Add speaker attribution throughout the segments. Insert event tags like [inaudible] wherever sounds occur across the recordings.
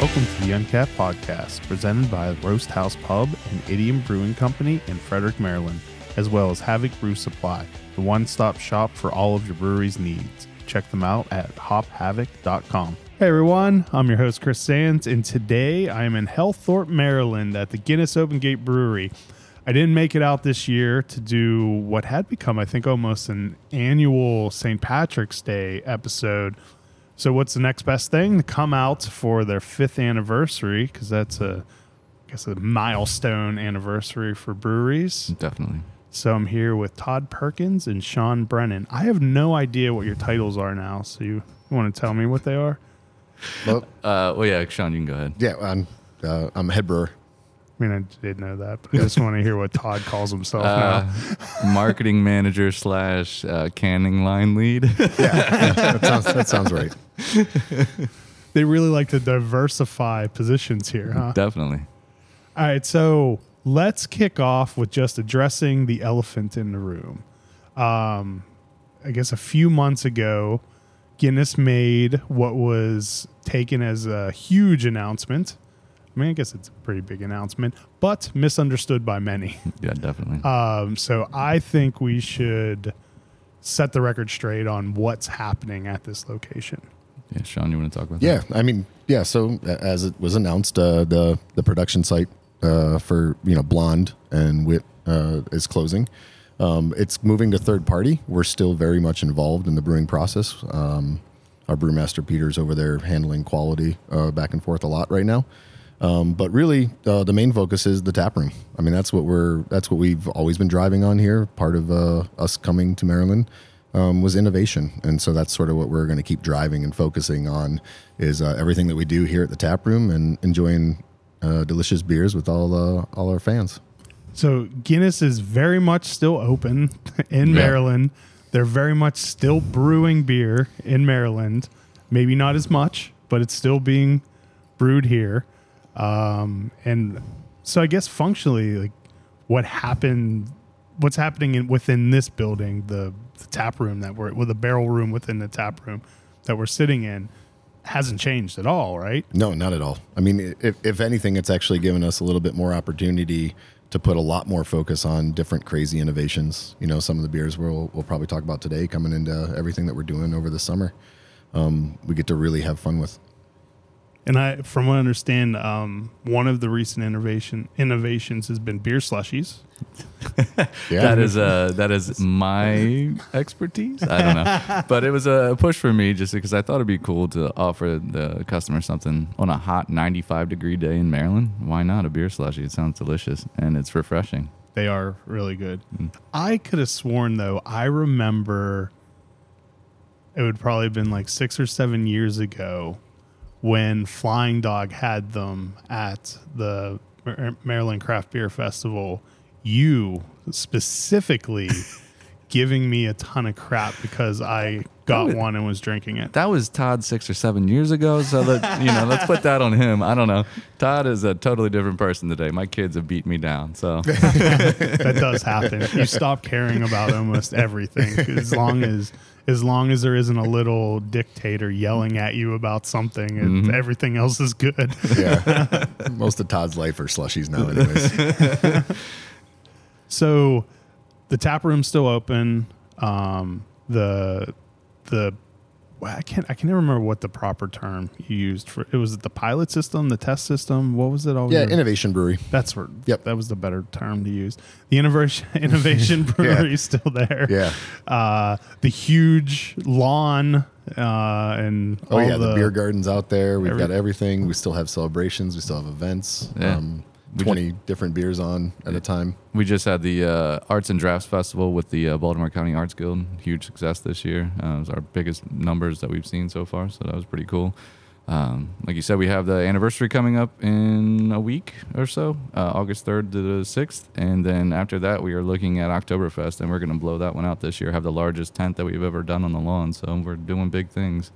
Speaker 1: welcome to the Uncapped Podcast, presented by Roast House Pub and Idiom Brewing Company in Frederick, Maryland, as well as Havoc Brew Supply, the one stop shop for all of your brewery's needs. Check them out at hophavoc.com. Hey everyone, I'm your host Chris Sands, and today I am in Hellthorpe, Maryland at the Guinness Open Gate Brewery. I didn't make it out this year to do what had become, I think, almost an annual St. Patrick's Day episode. So, what's the next best thing? To come out for their fifth anniversary, because that's a, I guess, a milestone anniversary for breweries.
Speaker 2: Definitely.
Speaker 1: So, I'm here with Todd Perkins and Sean Brennan. I have no idea what your titles are now. So, you want to tell me what they are?
Speaker 3: Well,
Speaker 2: Uh, well, yeah, Sean, you can go ahead.
Speaker 3: yeah, I'm, uh, I'm a head brewer.
Speaker 1: I mean, I did know that, but I just want to hear what Todd calls himself now.
Speaker 2: Uh, marketing manager slash uh, canning line lead.
Speaker 3: That sounds, that sounds right.
Speaker 1: They really like to diversify positions here, huh?
Speaker 2: [laughs] Definitely.
Speaker 1: All right, so let's kick off with just addressing the elephant in the room. Um, I guess a few months ago, Guinness made what was taken as a huge announcement. I mean, I guess it's a pretty big announcement, but misunderstood by many.
Speaker 2: Yeah, definitely.
Speaker 1: Um, so I think we should set the record straight on what's happening at this location.
Speaker 2: yeah, Sean, you want to talk about
Speaker 3: Yeah, I mean, yeah. So uh, as it was announced, uh, the the production site uh, for you know Blonde and Wit uh, is closing. Um, it's moving to third party. We're still very much involved in the brewing process. Um, our brewmaster Peter's over there handling quality uh, back and forth a lot right now. Um, but really, uh, the main focus is the tap room. I mean, that's what we're that's what we've always been driving on here. Part of uh, us coming to Maryland um, was innovation, and so that's sort of what we're going to keep driving and focusing on is uh, everything that we do here at the tap room and enjoying uh, delicious beers with all uh, all our fans.
Speaker 1: So Guinness is very much still open [laughs] in
Speaker 2: Yeah.
Speaker 1: Maryland. They're very much still brewing beer in Maryland. Maybe not as much, but it's still being brewed here. Um, and so I guess functionally, like what happened, what's happening in, within this building, the, the tap room that we're, well, the barrel room within the tap room that we're sitting in, hasn't changed at all, right?
Speaker 3: No, not at all. I mean, if, if anything, it's actually given us a little bit more opportunity to put a lot more focus on different crazy innovations. You know, some of the beers we'll, we'll probably talk about today coming into everything that we're doing over the summer. Um, we get to really have fun with.
Speaker 1: And I, from what I understand, um, one of the recent innovation innovations has been beer slushies.
Speaker 3: Yeah,
Speaker 2: That is uh, that is my expertise. I don't know, but it was a push for me just because I thought it'd be cool to offer the customer something on a hot 95 degree day in Maryland. Why not a beer slushy? It sounds delicious and it's refreshing.
Speaker 1: They are really good. I could have sworn though, I remember it would probably have been like six or seven years ago when Flying Dog had them at the Mar- Maryland Craft Beer Festival. You specifically giving me a ton of crap because I got
Speaker 2: was-
Speaker 1: one and was drinking it.
Speaker 2: That was Todd six or seven years ago, so let you know, let's put that on him. I don't know. Todd is a totally different person today. My kids have beat me down, so
Speaker 1: that does happen. You stop caring about almost everything as long as as long as there isn't a little dictator yelling at you about something and everything else is good.
Speaker 3: yeah. [laughs] Most of Todd's life are slushies now,
Speaker 2: [laughs]
Speaker 3: anyways.
Speaker 1: So the tap room's still open. Um, the the well, I can't I can never remember what the proper term you used for it was it the pilot system, the test system, what was it all?
Speaker 3: yeah,
Speaker 1: your-
Speaker 3: Innovation Brewery.
Speaker 1: that's where
Speaker 3: Yep.
Speaker 1: that was the better term to use. The innovation [laughs]
Speaker 3: [laughs]
Speaker 1: innovation brewery is still there.
Speaker 3: Yeah.
Speaker 1: uh, the huge lawn uh, and
Speaker 3: Oh
Speaker 1: all
Speaker 3: yeah, the,
Speaker 1: the,
Speaker 3: beer gardens out there. We've got
Speaker 1: every-
Speaker 3: everything. We still have celebrations. We still have events.
Speaker 2: Yeah.
Speaker 3: Um,
Speaker 2: We
Speaker 3: Twenty different beers on at a time.
Speaker 2: we just had the uh, Arts and Drafts Festival with the uh, Baltimore County Arts Guild. Huge success this year. Uh, it was our biggest numbers that we've seen so far, so that was pretty cool. Um, like you said, we have the anniversary coming up in a week or so, uh, August 3rd to the 6th. And then after that, we are looking at Oktoberfest, and we're going to blow that one out this year, have the largest tent that we've ever done on the lawn. So we're doing big things.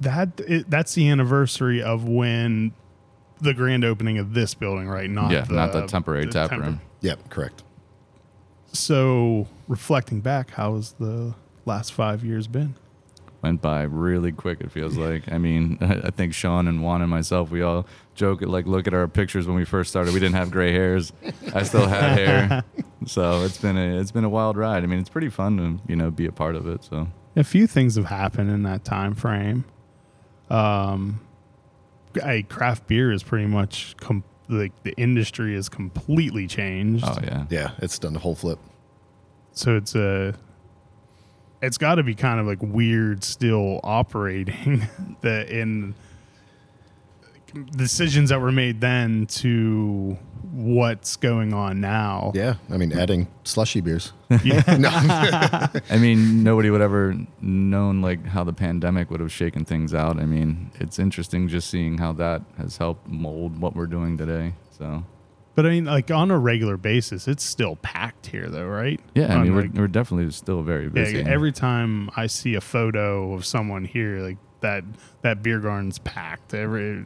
Speaker 1: that it, that's the anniversary of when the grand opening of this building, right? Not
Speaker 2: yeah,
Speaker 1: the,
Speaker 2: not the temporary
Speaker 1: the
Speaker 2: tap
Speaker 1: tempor-
Speaker 2: room.
Speaker 3: Yep, correct.
Speaker 1: So reflecting back, how has the last five years been?
Speaker 2: went by really quick. It feels like. I mean, [laughs] I think Sean and Juan and myself, we all joke like, look at our pictures when we first started. We didn't have gray hairs. I still [laughs] had hair, so it's been a it's been a wild ride. I mean, it's pretty fun to you know be a part of it. So
Speaker 1: A few things have happened in that time frame. Um, I, craft beer is pretty much com- like the industry has completely changed.
Speaker 2: oh yeah,
Speaker 3: Yeah, it's done the whole flip.
Speaker 1: so it's a it's got to be kind of like weird still operating [laughs] the in decisions that were made then to what's going on now
Speaker 3: Yeah, I mean, adding slushy beers.
Speaker 2: I mean, nobody would ever known like how the pandemic would have shaken things out. I mean, it's interesting just seeing how that has helped mold what we're doing today. So
Speaker 1: but i mean like on a regular basis it's still packed here though right
Speaker 2: yeah, I
Speaker 1: On,
Speaker 2: mean, we're,
Speaker 1: like-
Speaker 2: we're definitely still very
Speaker 1: yeah,
Speaker 2: busy.
Speaker 1: every time i see a photo of someone here like that that beer garden's packed every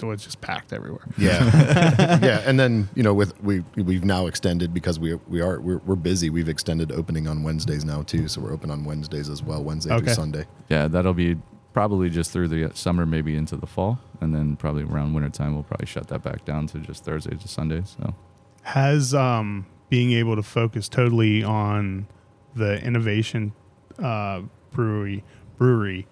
Speaker 1: well, it's just packed everywhere
Speaker 3: Yeah, [laughs] yeah, and then you know, with we we've now extended because we we are we're, we're busy. We've extended opening on Wednesdays now too, so we're open on Wednesdays as well, Wednesday
Speaker 1: Okay.
Speaker 3: through Sunday.
Speaker 2: yeah, that'll be probably just through the summer, maybe into the fall, and then probably around wintertime we'll probably shut that back down to just Thursday to Sunday. So
Speaker 1: has um, being able to focus totally on the innovation uh, brewery brewery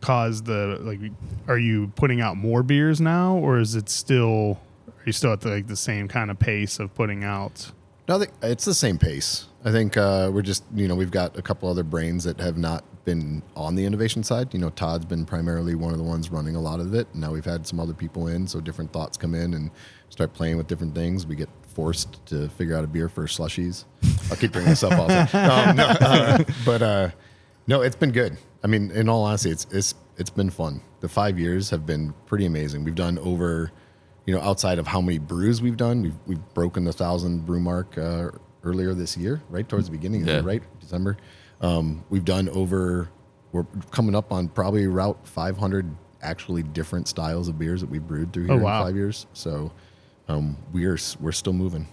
Speaker 1: caused the like are you putting out more beers now or is it still are you still at the, like the same kind of pace of putting out
Speaker 3: No, I think it's the same pace. I think uh, we're just you know we've got a couple other brains that have not been on the innovation side. You know, Todd's been primarily one of the ones running a lot of it. Now we've had some other people in, so different thoughts come in and start playing with different things. We get forced to figure out a beer for slushies. I'll keep bringing this up all the time. Um, [laughs] no, uh, but uh, no, it's been good. I mean, in all honesty, it's it's it's been fun. The five years have been pretty amazing. We've done over you know, outside of how many brews we've done, we've, we've broken the thousand brew mark uh, earlier this year, right towards the beginning, of the
Speaker 2: Yeah.
Speaker 3: year, right December. Um, we've done over, we're coming up on probably route 500 actually different styles of beers that we've brewed through here
Speaker 1: Oh, wow.
Speaker 3: in five years. So um, we're s- we're still moving.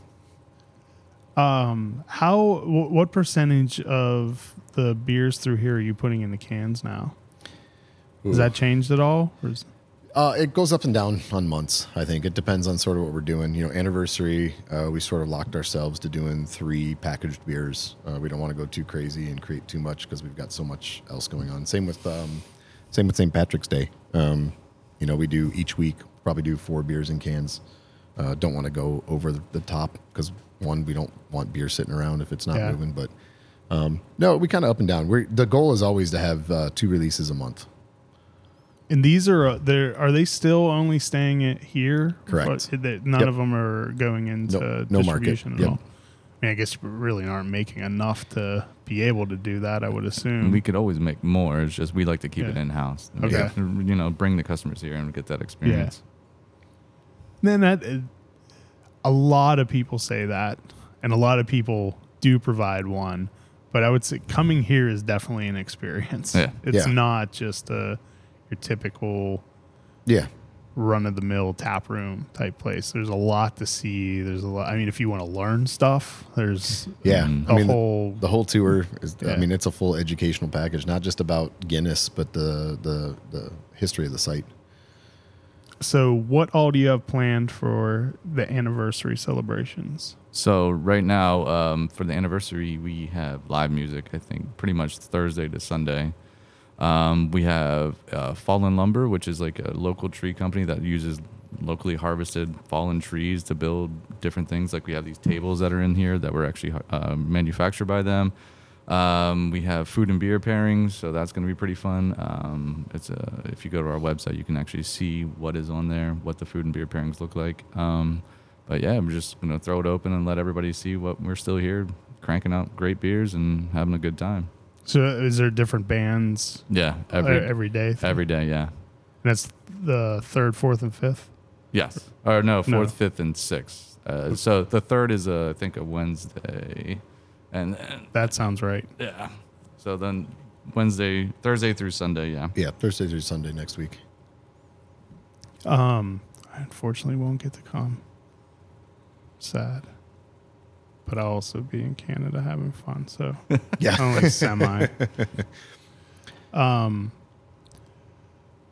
Speaker 1: how wh- what percentage of the beers through here are you putting in the cans now has that changed at all or is,
Speaker 3: Uh, it goes up and down on months. I think it depends on sort of what we're doing. You know, anniversary, uh, we sort of locked ourselves to doing three packaged beers. Uh, we don't want to go too crazy and create too much because we've got so much else going on. Same with um, same with St. Patrick's Day. Um, you know, we do each week probably do four beers in cans. Uh, don't want to go over the, the top because one, we don't want beer sitting around if it's not
Speaker 1: Yeah.
Speaker 3: moving. But um, no, we kind of up and down. We're, the goal is always to have uh, two releases a month.
Speaker 1: and these are uh, there are they still only staying at here
Speaker 3: Correct.
Speaker 1: Or- that none
Speaker 3: Yep.
Speaker 1: of them are going into
Speaker 3: No- no market.
Speaker 1: distribution at
Speaker 3: Yep.
Speaker 1: all i mean i guess you really aren't making enough to be able to do that i would
Speaker 2: And
Speaker 1: assume
Speaker 2: we could always make more. It's just we like to keep it
Speaker 1: Yeah.
Speaker 2: in house.
Speaker 1: Okay.
Speaker 2: You know, bring the customers here and get that experience.
Speaker 1: then that uh, a lot of people say that and a lot of people do provide one but i would say coming here is definitely an experience
Speaker 2: Yeah.
Speaker 1: it's
Speaker 3: Yeah.
Speaker 1: not just a your typical
Speaker 3: Yeah.
Speaker 1: run of the mill tap room type place. There's a lot to see. There's a lot. I mean, if you want to learn stuff, there's
Speaker 3: Yeah.
Speaker 1: a whole.
Speaker 3: the whole tour is
Speaker 1: Yeah.
Speaker 3: i mean it's a full educational package not just about guinness but the the, the history of the site
Speaker 1: so, what all do you have planned for the anniversary celebrations?
Speaker 2: So right now, um, for the anniversary, we have live music. I think pretty much Thursday to Sunday. Um, we have uh, Fallen Lumber, which is like a local tree company that uses locally harvested fallen trees to build different things. Like we have these tables that are in here that were actually uh, manufactured by them. Um, we have food and beer pairings, so that's going to be pretty fun. Um, it's a, if you go to our website, you can actually see what is on there, what the food and beer pairings look like. Um, but yeah, I'm just going to throw it open and let everybody see what we're still here cranking out great beers and having a good time.
Speaker 1: So, is there different bands
Speaker 2: Yeah,
Speaker 1: every,
Speaker 2: every
Speaker 1: every day?
Speaker 2: every day, yeah.
Speaker 1: and that's the third, fourth, and fifth.
Speaker 2: Yes. Or no,
Speaker 1: No.
Speaker 2: fourth, fifth, and sixth. Uh, so the third is, uh, I think, a Wednesday, and then
Speaker 1: That sounds right.
Speaker 2: yeah. So then Wednesday, Thursday through Sunday, yeah.
Speaker 3: yeah thursday through sunday next week
Speaker 1: Um, I unfortunately won't get to come. Sad. But I'll Oh. also be in Canada having fun, so
Speaker 3: [laughs] yeah
Speaker 1: only semi. Um,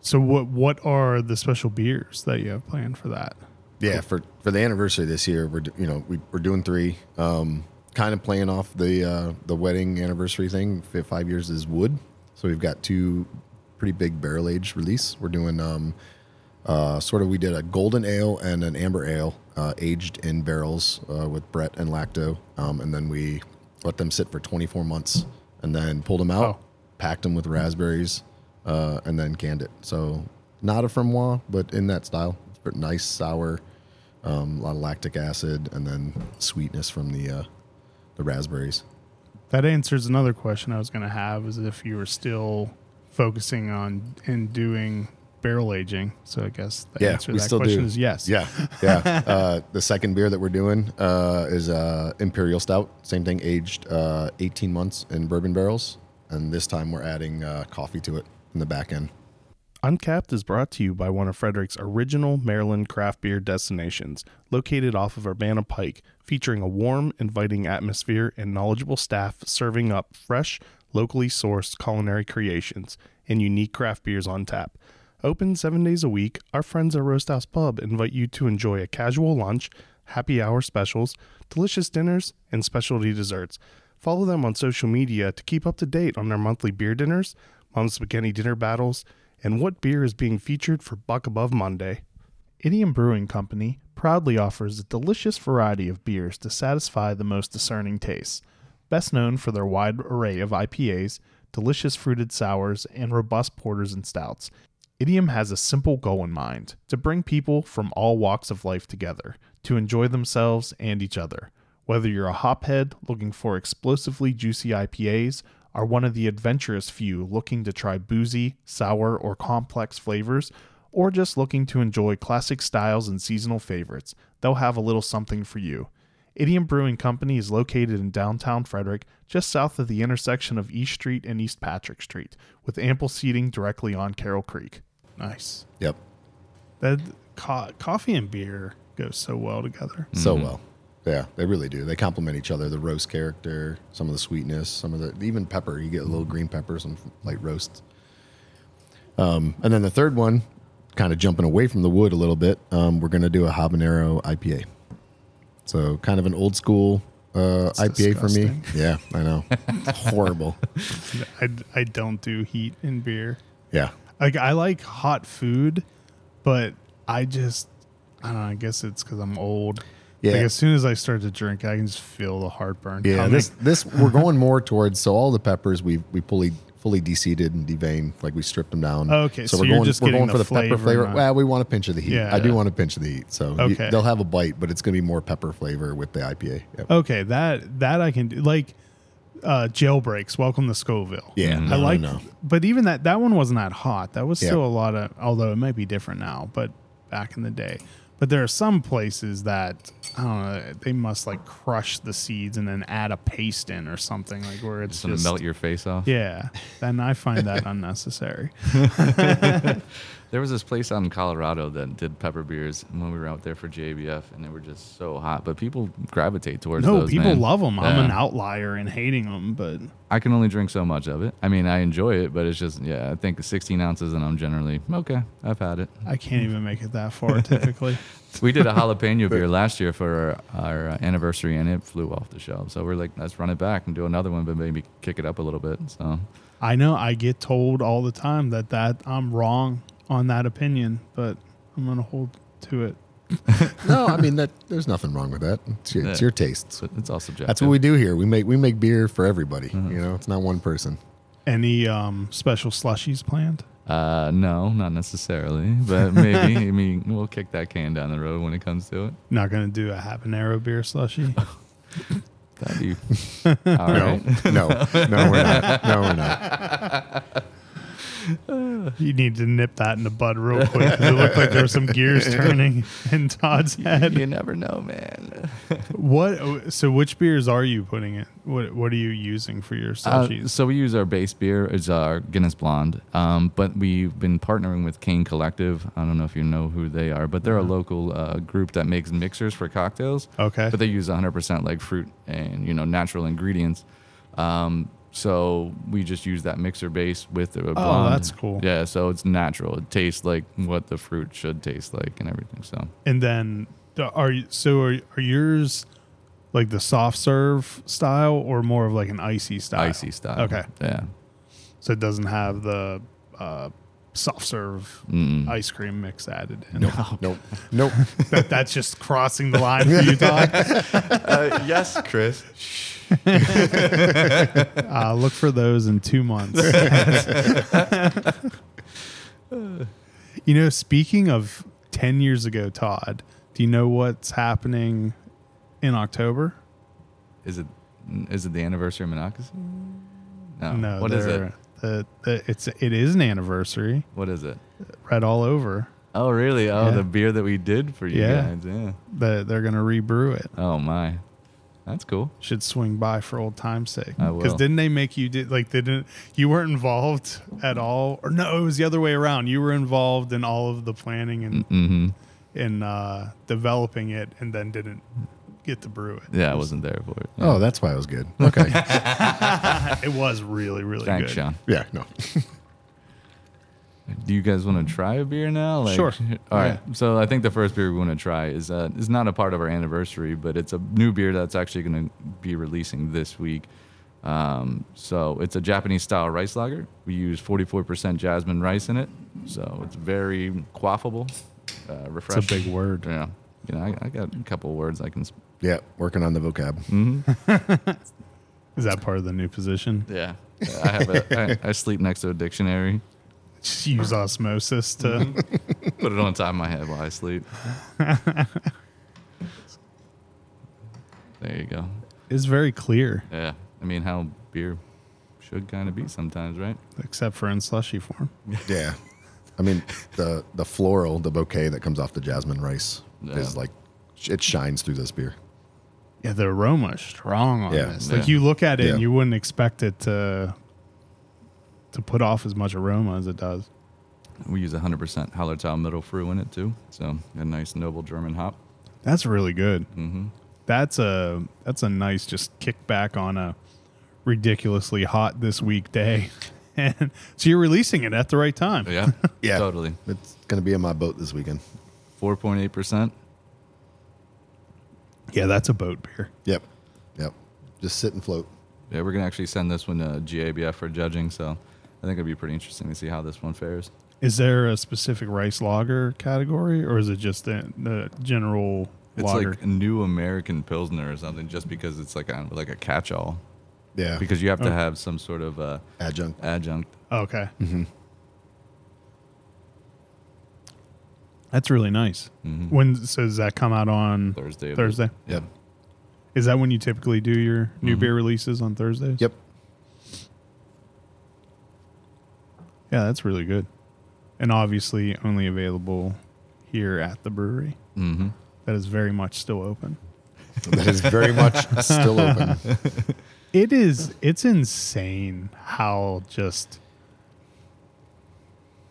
Speaker 1: So what what are the special beers that you have planned for that?
Speaker 3: Yeah, for for the anniversary this year, we're do- you know we, we're doing three. Um, kind of playing off the uh, the wedding anniversary thing. Fi- Five years is wood, so we've got two pretty big barrel aged release. We're doing um, uh, sort of we did a golden ale and an amber ale uh, aged in barrels uh, with Brett and Lacto, um, and then we let them sit for 24 months, and then pulled them out,
Speaker 1: Oh.
Speaker 3: packed them with raspberries, uh, and then canned it. So not a fromois, but in that style. It's pretty nice, sour, um, a lot of lactic acid, and then sweetness from the uh, the raspberries.
Speaker 1: That answers another question I was going to have: is if you were still focusing on and doing barrel aging. So I guess the
Speaker 3: Yeah,
Speaker 1: answer
Speaker 3: we
Speaker 1: to that
Speaker 3: still
Speaker 1: question
Speaker 3: do.
Speaker 1: is yes.
Speaker 3: Yeah, yeah. uh, [laughs] the second beer that we're doing uh, is uh, Imperial Stout. Same thing, aged uh, 18 months in bourbon barrels, and this time we're adding uh, coffee to it in the back end.
Speaker 1: Uncapped is brought to you by one of Frederick's original Maryland craft beer destinations, located off of Urbana Pike, featuring a warm, inviting atmosphere and knowledgeable staff serving up fresh, locally sourced culinary creations and unique craft beers on tap. Open seven days a week, our friends at Roast House Pub invite you to enjoy a casual lunch, happy hour specials, delicious dinners, and specialty desserts. Follow them on social media to keep up to date on their monthly beer dinners, Mom's Spaghetti Dinner Battles, and what beer is being featured for Buck Above Monday. Idiom Brewing Company proudly offers a delicious variety of beers to satisfy the most discerning tastes. Best known for their wide array of IPAs, delicious fruited sours, and robust porters and stouts, Idiom has a simple goal in mind to bring people from all walks of life together to enjoy themselves and each other. Whether you're a hophead looking for explosively juicy IPAs, or one of the adventurous few looking to try boozy, sour, or complex flavors, or just looking to enjoy classic styles and seasonal favorites, they'll have a little something for you. Idiom Brewing Company is located in downtown Frederick, just south of the intersection of East Street and East Patrick Street, with ample seating directly on Carroll Creek. Nice.
Speaker 3: Yep,
Speaker 1: That co- coffee and beer goes so well together. [laughs]
Speaker 3: so well. Yeah, they really do. They complement each other. The roast character, some of the sweetness, some of the even pepper. You get a little green pepper, some light roasts. Um, and then the third one, kind of jumping away from the wood a little bit, um, we're going to do a habanero IPA. So kind of an old school uh, IPA for me.
Speaker 1: disgusting.
Speaker 3: Yeah, I know. Horrible.
Speaker 1: I, I don't do heat in beer.
Speaker 3: Yeah.
Speaker 1: Like I like hot food, but I just I don't know. I guess it's because I'm old.
Speaker 3: Yeah.
Speaker 1: Like as soon as I start to drink, I can just feel the heartburn.
Speaker 3: Yeah,
Speaker 1: coming.
Speaker 3: this this we're going more towards so all the peppers we we fully fully de-seeded and deveined, like we stripped them down.
Speaker 1: Okay, so you're just getting the flavor, not-
Speaker 3: Well, we want a pinch of the heat.
Speaker 1: Yeah,
Speaker 3: I do
Speaker 1: yeah.
Speaker 3: want a pinch of the heat. So you-
Speaker 1: Okay.
Speaker 3: they'll have a bite, but it's going to be more pepper flavor with the IPA. Yep.
Speaker 1: Okay, that that I can do. Like uh jailbreaks, welcome to Scoville.
Speaker 3: Yeah,
Speaker 1: mm. I
Speaker 3: no, no,
Speaker 1: like
Speaker 3: no.
Speaker 1: but even that that one wasn't that hot. That was
Speaker 3: Yeah.
Speaker 1: still a lot of although it might be different now, but back in the day. But there are some places that I don't know, they must like crush the seeds and then add a paste in or something like where it's
Speaker 2: It's gonna
Speaker 1: just
Speaker 2: melt your face off.
Speaker 1: Yeah. And I find that [laughs] unnecessary.
Speaker 2: There was this place out in Colorado that did pepper beers when we were out there for JBF, and they were just so hot. But people gravitate towards
Speaker 1: No,
Speaker 2: those.
Speaker 1: people
Speaker 2: man.
Speaker 1: love them. I'm an
Speaker 2: Yeah.
Speaker 1: outlier in hating them, but
Speaker 2: I can only drink so much of it. I mean, I enjoy it, but it's just yeah. I think 16 ounces, and I'm generally okay. I've had it.
Speaker 1: I can't
Speaker 2: Hmm.
Speaker 1: even make it that far typically.
Speaker 2: [laughs] We did a jalapeno beer last year for our, our anniversary, and it flew off the shelf. So we're like, let's run it back and do another one, but maybe kick it up a little bit. So
Speaker 1: I know I get told all the time that that I'm wrong on that opinion, but I'm going to hold to it.
Speaker 3: no, I mean that there's nothing wrong with that. It's your, it's
Speaker 2: Yeah.
Speaker 3: your tastes.
Speaker 2: it's, it's all subjective.
Speaker 3: That's what we do here. We make we make beer for everybody.
Speaker 2: Mm-hmm.
Speaker 3: You know, it's not one person.
Speaker 1: Any um, special slushies planned?
Speaker 2: Uh, no, not necessarily, but
Speaker 1: [laughs]
Speaker 2: maybe. I mean, we'll kick that can down the road when it comes to it.
Speaker 1: Not going to do a habanero beer slushie.
Speaker 2: [laughs]
Speaker 1: [laughs]
Speaker 2: That'd be all right.
Speaker 3: [laughs] No, no, we're not. No,
Speaker 2: [laughs]
Speaker 3: we're not.
Speaker 1: you need to nip that in the bud real quick 'cause it looked like there were some gears turning in Todd's head. [laughs]
Speaker 2: You never know, man.
Speaker 1: What? So, which beers are you putting in? What What are you using for your
Speaker 2: Uh,
Speaker 1: slushies?
Speaker 2: so we use our base beer is our Guinness Blonde, um, but we've been partnering with Cane Collective. I don't know if you know who they are, but they're a local uh, group that makes mixers for cocktails.
Speaker 1: Okay.
Speaker 2: but they use 100% like fruit and you know natural ingredients. Um, So we just use that mixer base with the
Speaker 1: Oh,
Speaker 2: blonde.
Speaker 1: that's cool.
Speaker 2: Yeah, so it's natural. It tastes like what the fruit should taste like and everything. So
Speaker 1: And then the- are you, so are, are yours like the soft serve style or more of like an icy style?
Speaker 2: icy style.
Speaker 1: Okay.
Speaker 2: Yeah.
Speaker 1: So it doesn't have the uh, soft serve
Speaker 2: Mm. [laughs]
Speaker 1: ice cream mix added in.
Speaker 3: Nope. Nope.
Speaker 1: That, that's just crossing the line for you, Todd.
Speaker 2: uh, yes, Chris.
Speaker 1: [laughs] Uh, look for those in two months. [laughs] you know, speaking of 10 years ago, Todd, do you know what's happening in October?
Speaker 2: Is it is it the anniversary of Monocacy? No.
Speaker 1: no.
Speaker 2: What is
Speaker 1: they're-
Speaker 2: it?
Speaker 1: The, the, it's, it is an anniversary.
Speaker 2: What is it?
Speaker 1: Read all over.
Speaker 2: Oh, really? Oh,
Speaker 1: Yeah.
Speaker 2: the beer that we did for you
Speaker 1: Yeah.
Speaker 2: guys. Yeah.
Speaker 1: that they're going to rebrew it.
Speaker 2: Oh my, that's cool.
Speaker 1: Should swing by for old time's sake.
Speaker 2: I will.
Speaker 1: didn't they make you did like they didn't you weren't involved at all? Or no, it was the other way around. You were involved in all of the planning and
Speaker 2: Mm-hmm.
Speaker 1: in uh, developing it, and then didn't get to brew it.
Speaker 2: Yeah, I wasn't there for it. Yeah.
Speaker 3: oh, that's why it was good. Okay. [laughs]
Speaker 1: It was really really
Speaker 2: Thanks,
Speaker 1: good.
Speaker 2: Sean.
Speaker 3: yeah. No.
Speaker 2: Do you guys want to try a beer now? Like,
Speaker 1: Sure.
Speaker 2: [laughs] All right. So I think the first beer we want to try is uh, is not a part of our anniversary, but it's a new beer that's actually going to be releasing this week. Um, so it's a Japanese style rice lager. We use 44% jasmine rice in it, so it's very quaffable, uh, refreshing.
Speaker 1: big word.
Speaker 2: Yeah. You know, I, I got a couple words I can. Sp-
Speaker 3: Yeah. Working on the vocab.
Speaker 1: Is that part of the new position?
Speaker 2: yeah. I have a. I, I sleep next to a dictionary.
Speaker 1: Just use osmosis
Speaker 2: Mm-hmm.
Speaker 1: to.
Speaker 2: Put it on top of my head while I sleep. there you go.
Speaker 1: [laughs] it's very clear,
Speaker 2: Yeah. I mean, how beer should kind of be sometimes, right?
Speaker 1: except for in slushy form.
Speaker 3: Yeah. I mean, the the floral, the bouquet that comes off the jasmine rice is
Speaker 2: Yeah.
Speaker 3: like it shines through this beer.
Speaker 1: Yeah, the aroma is strong on
Speaker 3: Yeah.
Speaker 1: this. Like
Speaker 2: Yeah.
Speaker 1: you look at it and
Speaker 3: Yeah.
Speaker 1: you wouldn't expect it to to put off as much aroma as it does.
Speaker 2: We use 100% Hallertau middle fruit in it too. So a nice noble German hop.
Speaker 1: That's really good.
Speaker 2: Mm-hmm.
Speaker 1: That's a that's a nice just kickback on a ridiculously hot this week day. [laughs] And so you're releasing it at the right time.
Speaker 2: Yeah.
Speaker 3: [laughs] Yeah.
Speaker 2: Totally.
Speaker 3: It's gonna be in my boat this weekend.
Speaker 2: 4.8%.
Speaker 1: Yeah, that's a boat beer.
Speaker 3: Yep. Yep. Just sit and float.
Speaker 2: Yeah, we're going to actually send this one to GABF for judging. So I think it'd be pretty interesting to see how this one fares.
Speaker 1: Is there a specific rice lager category or is it just the, the general
Speaker 2: It's
Speaker 1: lager?
Speaker 2: like new American Pilsner or something just because it's like a, like a catch all.
Speaker 3: Yeah.
Speaker 2: because you have
Speaker 1: Oh.
Speaker 2: to have some sort of uh,
Speaker 3: Adjunct.
Speaker 2: adjunct.
Speaker 1: okay. That's really nice.
Speaker 2: Mhm.
Speaker 1: When so does that come out on
Speaker 2: Thursday. of the-
Speaker 1: Thursday?
Speaker 2: Yeah.
Speaker 1: Is that when you typically do your new
Speaker 2: Mhm.
Speaker 1: beer releases on Thursdays?
Speaker 3: Yep.
Speaker 1: Yeah, that's really good. And obviously only available here at the brewery.
Speaker 2: Mm-hmm.
Speaker 1: That is very much still open.
Speaker 3: That is very much still open.
Speaker 1: It is it's insane how just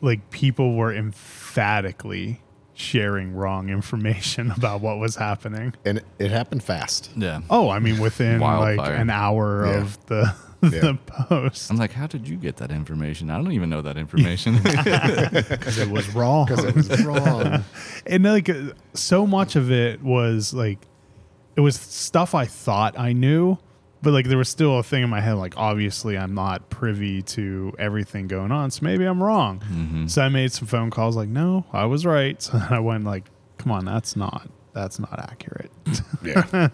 Speaker 1: like people were emphatically sharing wrong information [laughs] about what was happening.
Speaker 3: And it happened fast.
Speaker 2: Yeah.
Speaker 1: Oh, I mean within like
Speaker 2: Wildfire.
Speaker 1: an hour
Speaker 3: Yeah.
Speaker 1: of the [laughs]
Speaker 3: Yeah.
Speaker 1: the post.
Speaker 2: I'm like, how did you get that information? I don't even know that information. [laughs]
Speaker 1: Because it was wrong.
Speaker 3: Because it was wrong.
Speaker 1: and like uh, so much of it was like it was stuff I thought I knew, but like there was still a thing in my head like obviously I'm not privy to everything going on, so maybe I'm wrong. So I made some phone calls like no, I was right. [laughs] So I went like, come on, that's not that's not accurate. [laughs]
Speaker 3: yeah.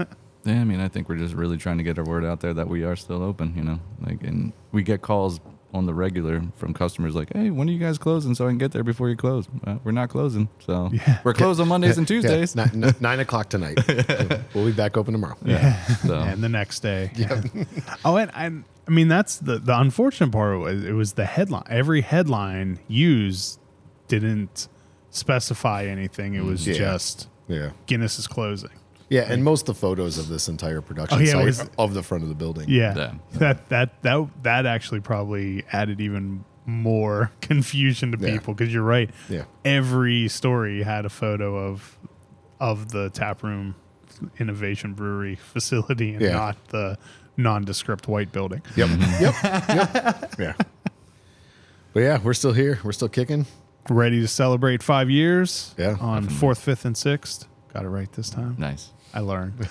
Speaker 2: yeah, I mean, I think we're just really trying to get our word out there that we are still open. You know, like, and we get calls on the regular from customers like, "Hey, when are you guys closing? So I can get there before you close." Well, we're not closing, so
Speaker 1: Yeah.
Speaker 2: we're closed on Mondays and Tuesdays.
Speaker 3: Yeah. Nine, nine- nine
Speaker 2: [laughs]
Speaker 3: o'clock tonight. we'll be back open tomorrow.
Speaker 2: Yeah. So
Speaker 1: and the next day. [laughs] oh, and, and I mean that's the the unfortunate part was it was the headline. Every headline used didn't specify anything. It was
Speaker 3: Yeah.
Speaker 1: just
Speaker 3: Yeah.
Speaker 1: Guinness is closing.
Speaker 3: Yeah. And most of the photos of this entire production
Speaker 1: Oh, yeah, it
Speaker 3: site
Speaker 1: was-
Speaker 3: are of the front of the building.
Speaker 1: Yeah.
Speaker 2: Yeah.
Speaker 1: That that that that actually probably added even more [laughs] confusion to
Speaker 3: Yeah.
Speaker 1: people because you're right.
Speaker 3: Yeah.
Speaker 1: Every story had a photo of of the tap room Innovation Brewery [laughs] facility and
Speaker 3: Yeah.
Speaker 1: not the nondescript white building.
Speaker 3: Yep. yep. Yep. Yeah. But yeah, we're still here. We're still kicking.
Speaker 1: Ready to celebrate five years
Speaker 3: Yeah,
Speaker 1: on fourth, fifth, and sixth. Got it right this time.
Speaker 2: Nice.
Speaker 1: I learned.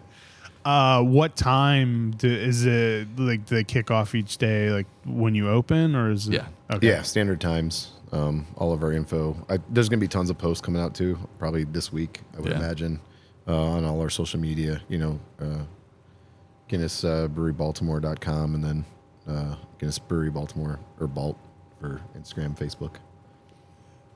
Speaker 2: [laughs]
Speaker 1: [laughs] uh, what time do, is it? Like do they kick off each day, like when you open, or is it?
Speaker 2: Yeah.
Speaker 1: Okay.
Speaker 3: Yeah, standard times. Um, all of our info. I, there's going to be tons of posts coming out too, probably this week, I would
Speaker 2: Yeah.
Speaker 3: imagine, uh, on all our social media. You know, uh, Guinness uh, BreweryBaltimore.com and then uh, Guinness Brewery Baltimore or Balt for Instagram, Facebook.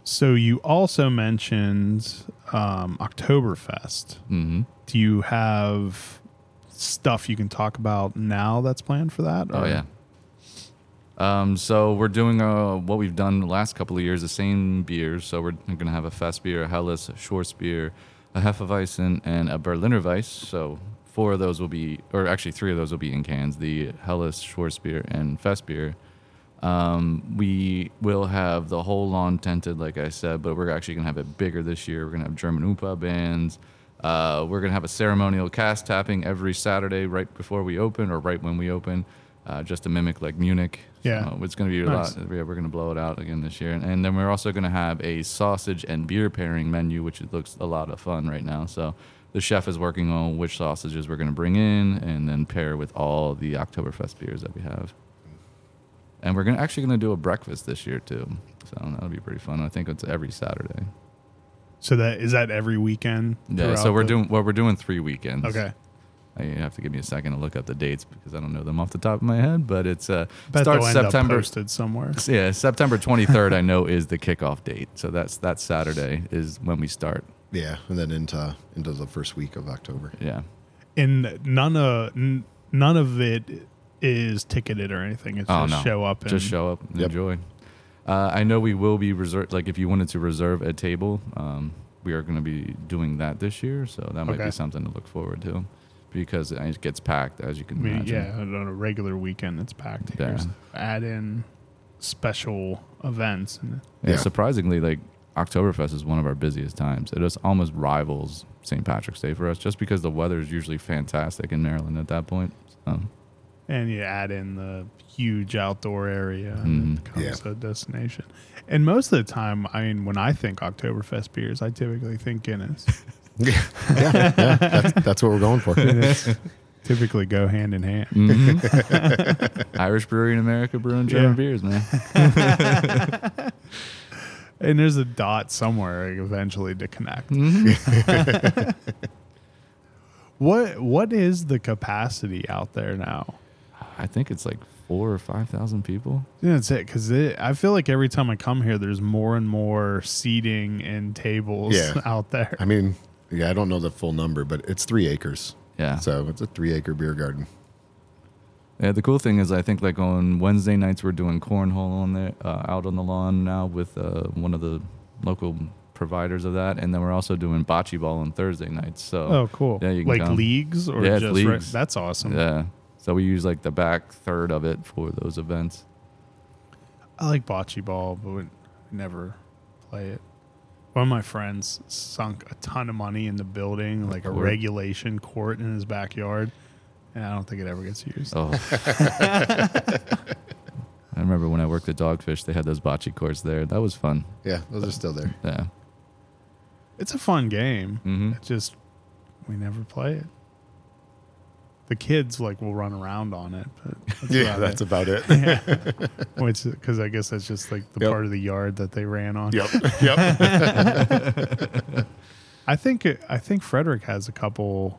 Speaker 1: So you also mentioned um, Oktoberfest.
Speaker 2: Mm-hmm.
Speaker 1: Do you have stuff you can talk about now that's planned for that?
Speaker 2: Oh
Speaker 1: or-
Speaker 2: yeah. Um, so we're doing uh, what we've done the last couple of years, the same beers. So we're gonna have a fast beer, a Helles, a Schwarzbier, a Hefeweizen, and a Berliner Weiss. So four of those will be, or actually three of those will be in cans: the Helles, Schwarzbier, and fast beer. Um, we will have the whole lawn tented, like I said, but we're actually gonna have it bigger this year. We're gonna have German Oompa bands. Uh, we're gonna have a ceremonial cast tapping every Saturday right before we open or right when we open, uh, just to mimic like Munich. Uh,
Speaker 1: Yeah.
Speaker 2: So it's gonna be a
Speaker 1: Nice.
Speaker 2: lot. yeah, We're gonna blow it out again this year, and, and then we're also gonna have a sausage and beer pairing menu, which it looks a lot of fun right now. So. The chef is working on which sausages we're going to bring in and then pair with all the Oktoberfest beers that we have and we're gonna actually gonna do a breakfast this year too. So that'll be pretty fun. I think it's every Saturday.
Speaker 1: So that is that every weekend?
Speaker 2: Yeah. So
Speaker 1: throughout
Speaker 2: we're
Speaker 1: the-
Speaker 2: doing well. We're doing three weekends.
Speaker 1: okay.
Speaker 2: I, you have to give me a second to look up the dates because I don't know them off the top of my head. But it's uh
Speaker 1: Bet
Speaker 2: starts
Speaker 1: they'll end up
Speaker 2: September.
Speaker 1: posted somewhere.
Speaker 2: [laughs] Yeah, September 23rd. I know is the kickoff date. So that's that Saturday is when we start.
Speaker 3: Yeah, and then into into the first week of October.
Speaker 2: Yeah.
Speaker 1: And none of n- none of it is ticketed or anything. It's
Speaker 2: Oh,
Speaker 1: just
Speaker 2: no.
Speaker 1: show up. And,
Speaker 2: Just show up and
Speaker 3: Yep.
Speaker 2: enjoy. Uh, I know we will be reserved. Like if you wanted to reserve a table, um, we are going to be doing that this year. So that might
Speaker 1: Okay.
Speaker 2: be something to look forward to, because it gets packed as you can
Speaker 1: I mean,
Speaker 2: imagine.
Speaker 1: yeah, on a regular weekend, it's packed here.
Speaker 2: Yeah.
Speaker 1: So add in special events. And
Speaker 2: And
Speaker 3: Yeah.
Speaker 2: surprisingly, like Oktoberfest is one of our busiest times. It just almost rivals St. Patrick's Day for us, just because the weather is usually fantastic in Maryland at that point. So,
Speaker 1: and you add in the huge outdoor area
Speaker 2: Mhm.
Speaker 1: and it becomes a destination. And most of the time, I mean, when I think Oktoberfest beers, I typically think Guinness.
Speaker 3: [laughs]
Speaker 2: [laughs]
Speaker 3: yeah, yeah, yeah. That's, that's what we're going [laughs] for.
Speaker 1: typically go hand in hand.
Speaker 2: [laughs] Irish brewery in America brewing German
Speaker 1: Mm-hmm. Yeah.
Speaker 2: beers,
Speaker 1: [laughs]
Speaker 2: man.
Speaker 1: And there's a dot somewhere eventually to connect.
Speaker 2: Mm-hmm.
Speaker 1: what what is the capacity out there now?
Speaker 2: I think it's like four or five thousand people.
Speaker 1: Yeah, that's it. Because I feel like every time I come here, there's more and more seating and tables
Speaker 3: Yeah.
Speaker 1: [laughs] out there.
Speaker 3: I mean, yeah, I don't know the full number, but it's three acres.
Speaker 2: Yeah.
Speaker 3: So it's a three acre beer garden.
Speaker 2: Yeah, the cool thing is, I think like on Wednesday nights we're doing cornhole on there, uh, out on the lawn now with uh, one of the local providers of that, and then we're also doing bocce ball on Thursday nights. So
Speaker 1: Oh, cool.
Speaker 2: Yeah, you can
Speaker 1: like
Speaker 2: come.
Speaker 1: leagues or
Speaker 2: Yeah, it's
Speaker 1: just
Speaker 2: leagues.
Speaker 1: Re- that's awesome.
Speaker 2: yeah, so we use like the back third of it for those events.
Speaker 1: I like bocce ball, but would never play it. One of my friends sunk a ton of money into building like a
Speaker 2: court.
Speaker 1: regulation court in his backyard, and I don't think it ever gets used. [laughs]
Speaker 2: Oh. I remember when I worked at Dogfish, they had those bocce courts there. That was fun.
Speaker 3: Yeah, those are still there.
Speaker 2: Yeah.
Speaker 1: It's a fun game.
Speaker 2: hmm
Speaker 1: It just we never play it. The kids like will run around on it, but
Speaker 2: [laughs]
Speaker 1: that's about it.
Speaker 3: about it.
Speaker 1: Which, because I guess that's just like the
Speaker 3: Yep.
Speaker 1: part of the yard that they ran on.
Speaker 3: yep. Yep.
Speaker 1: I think I think Frederick has a couple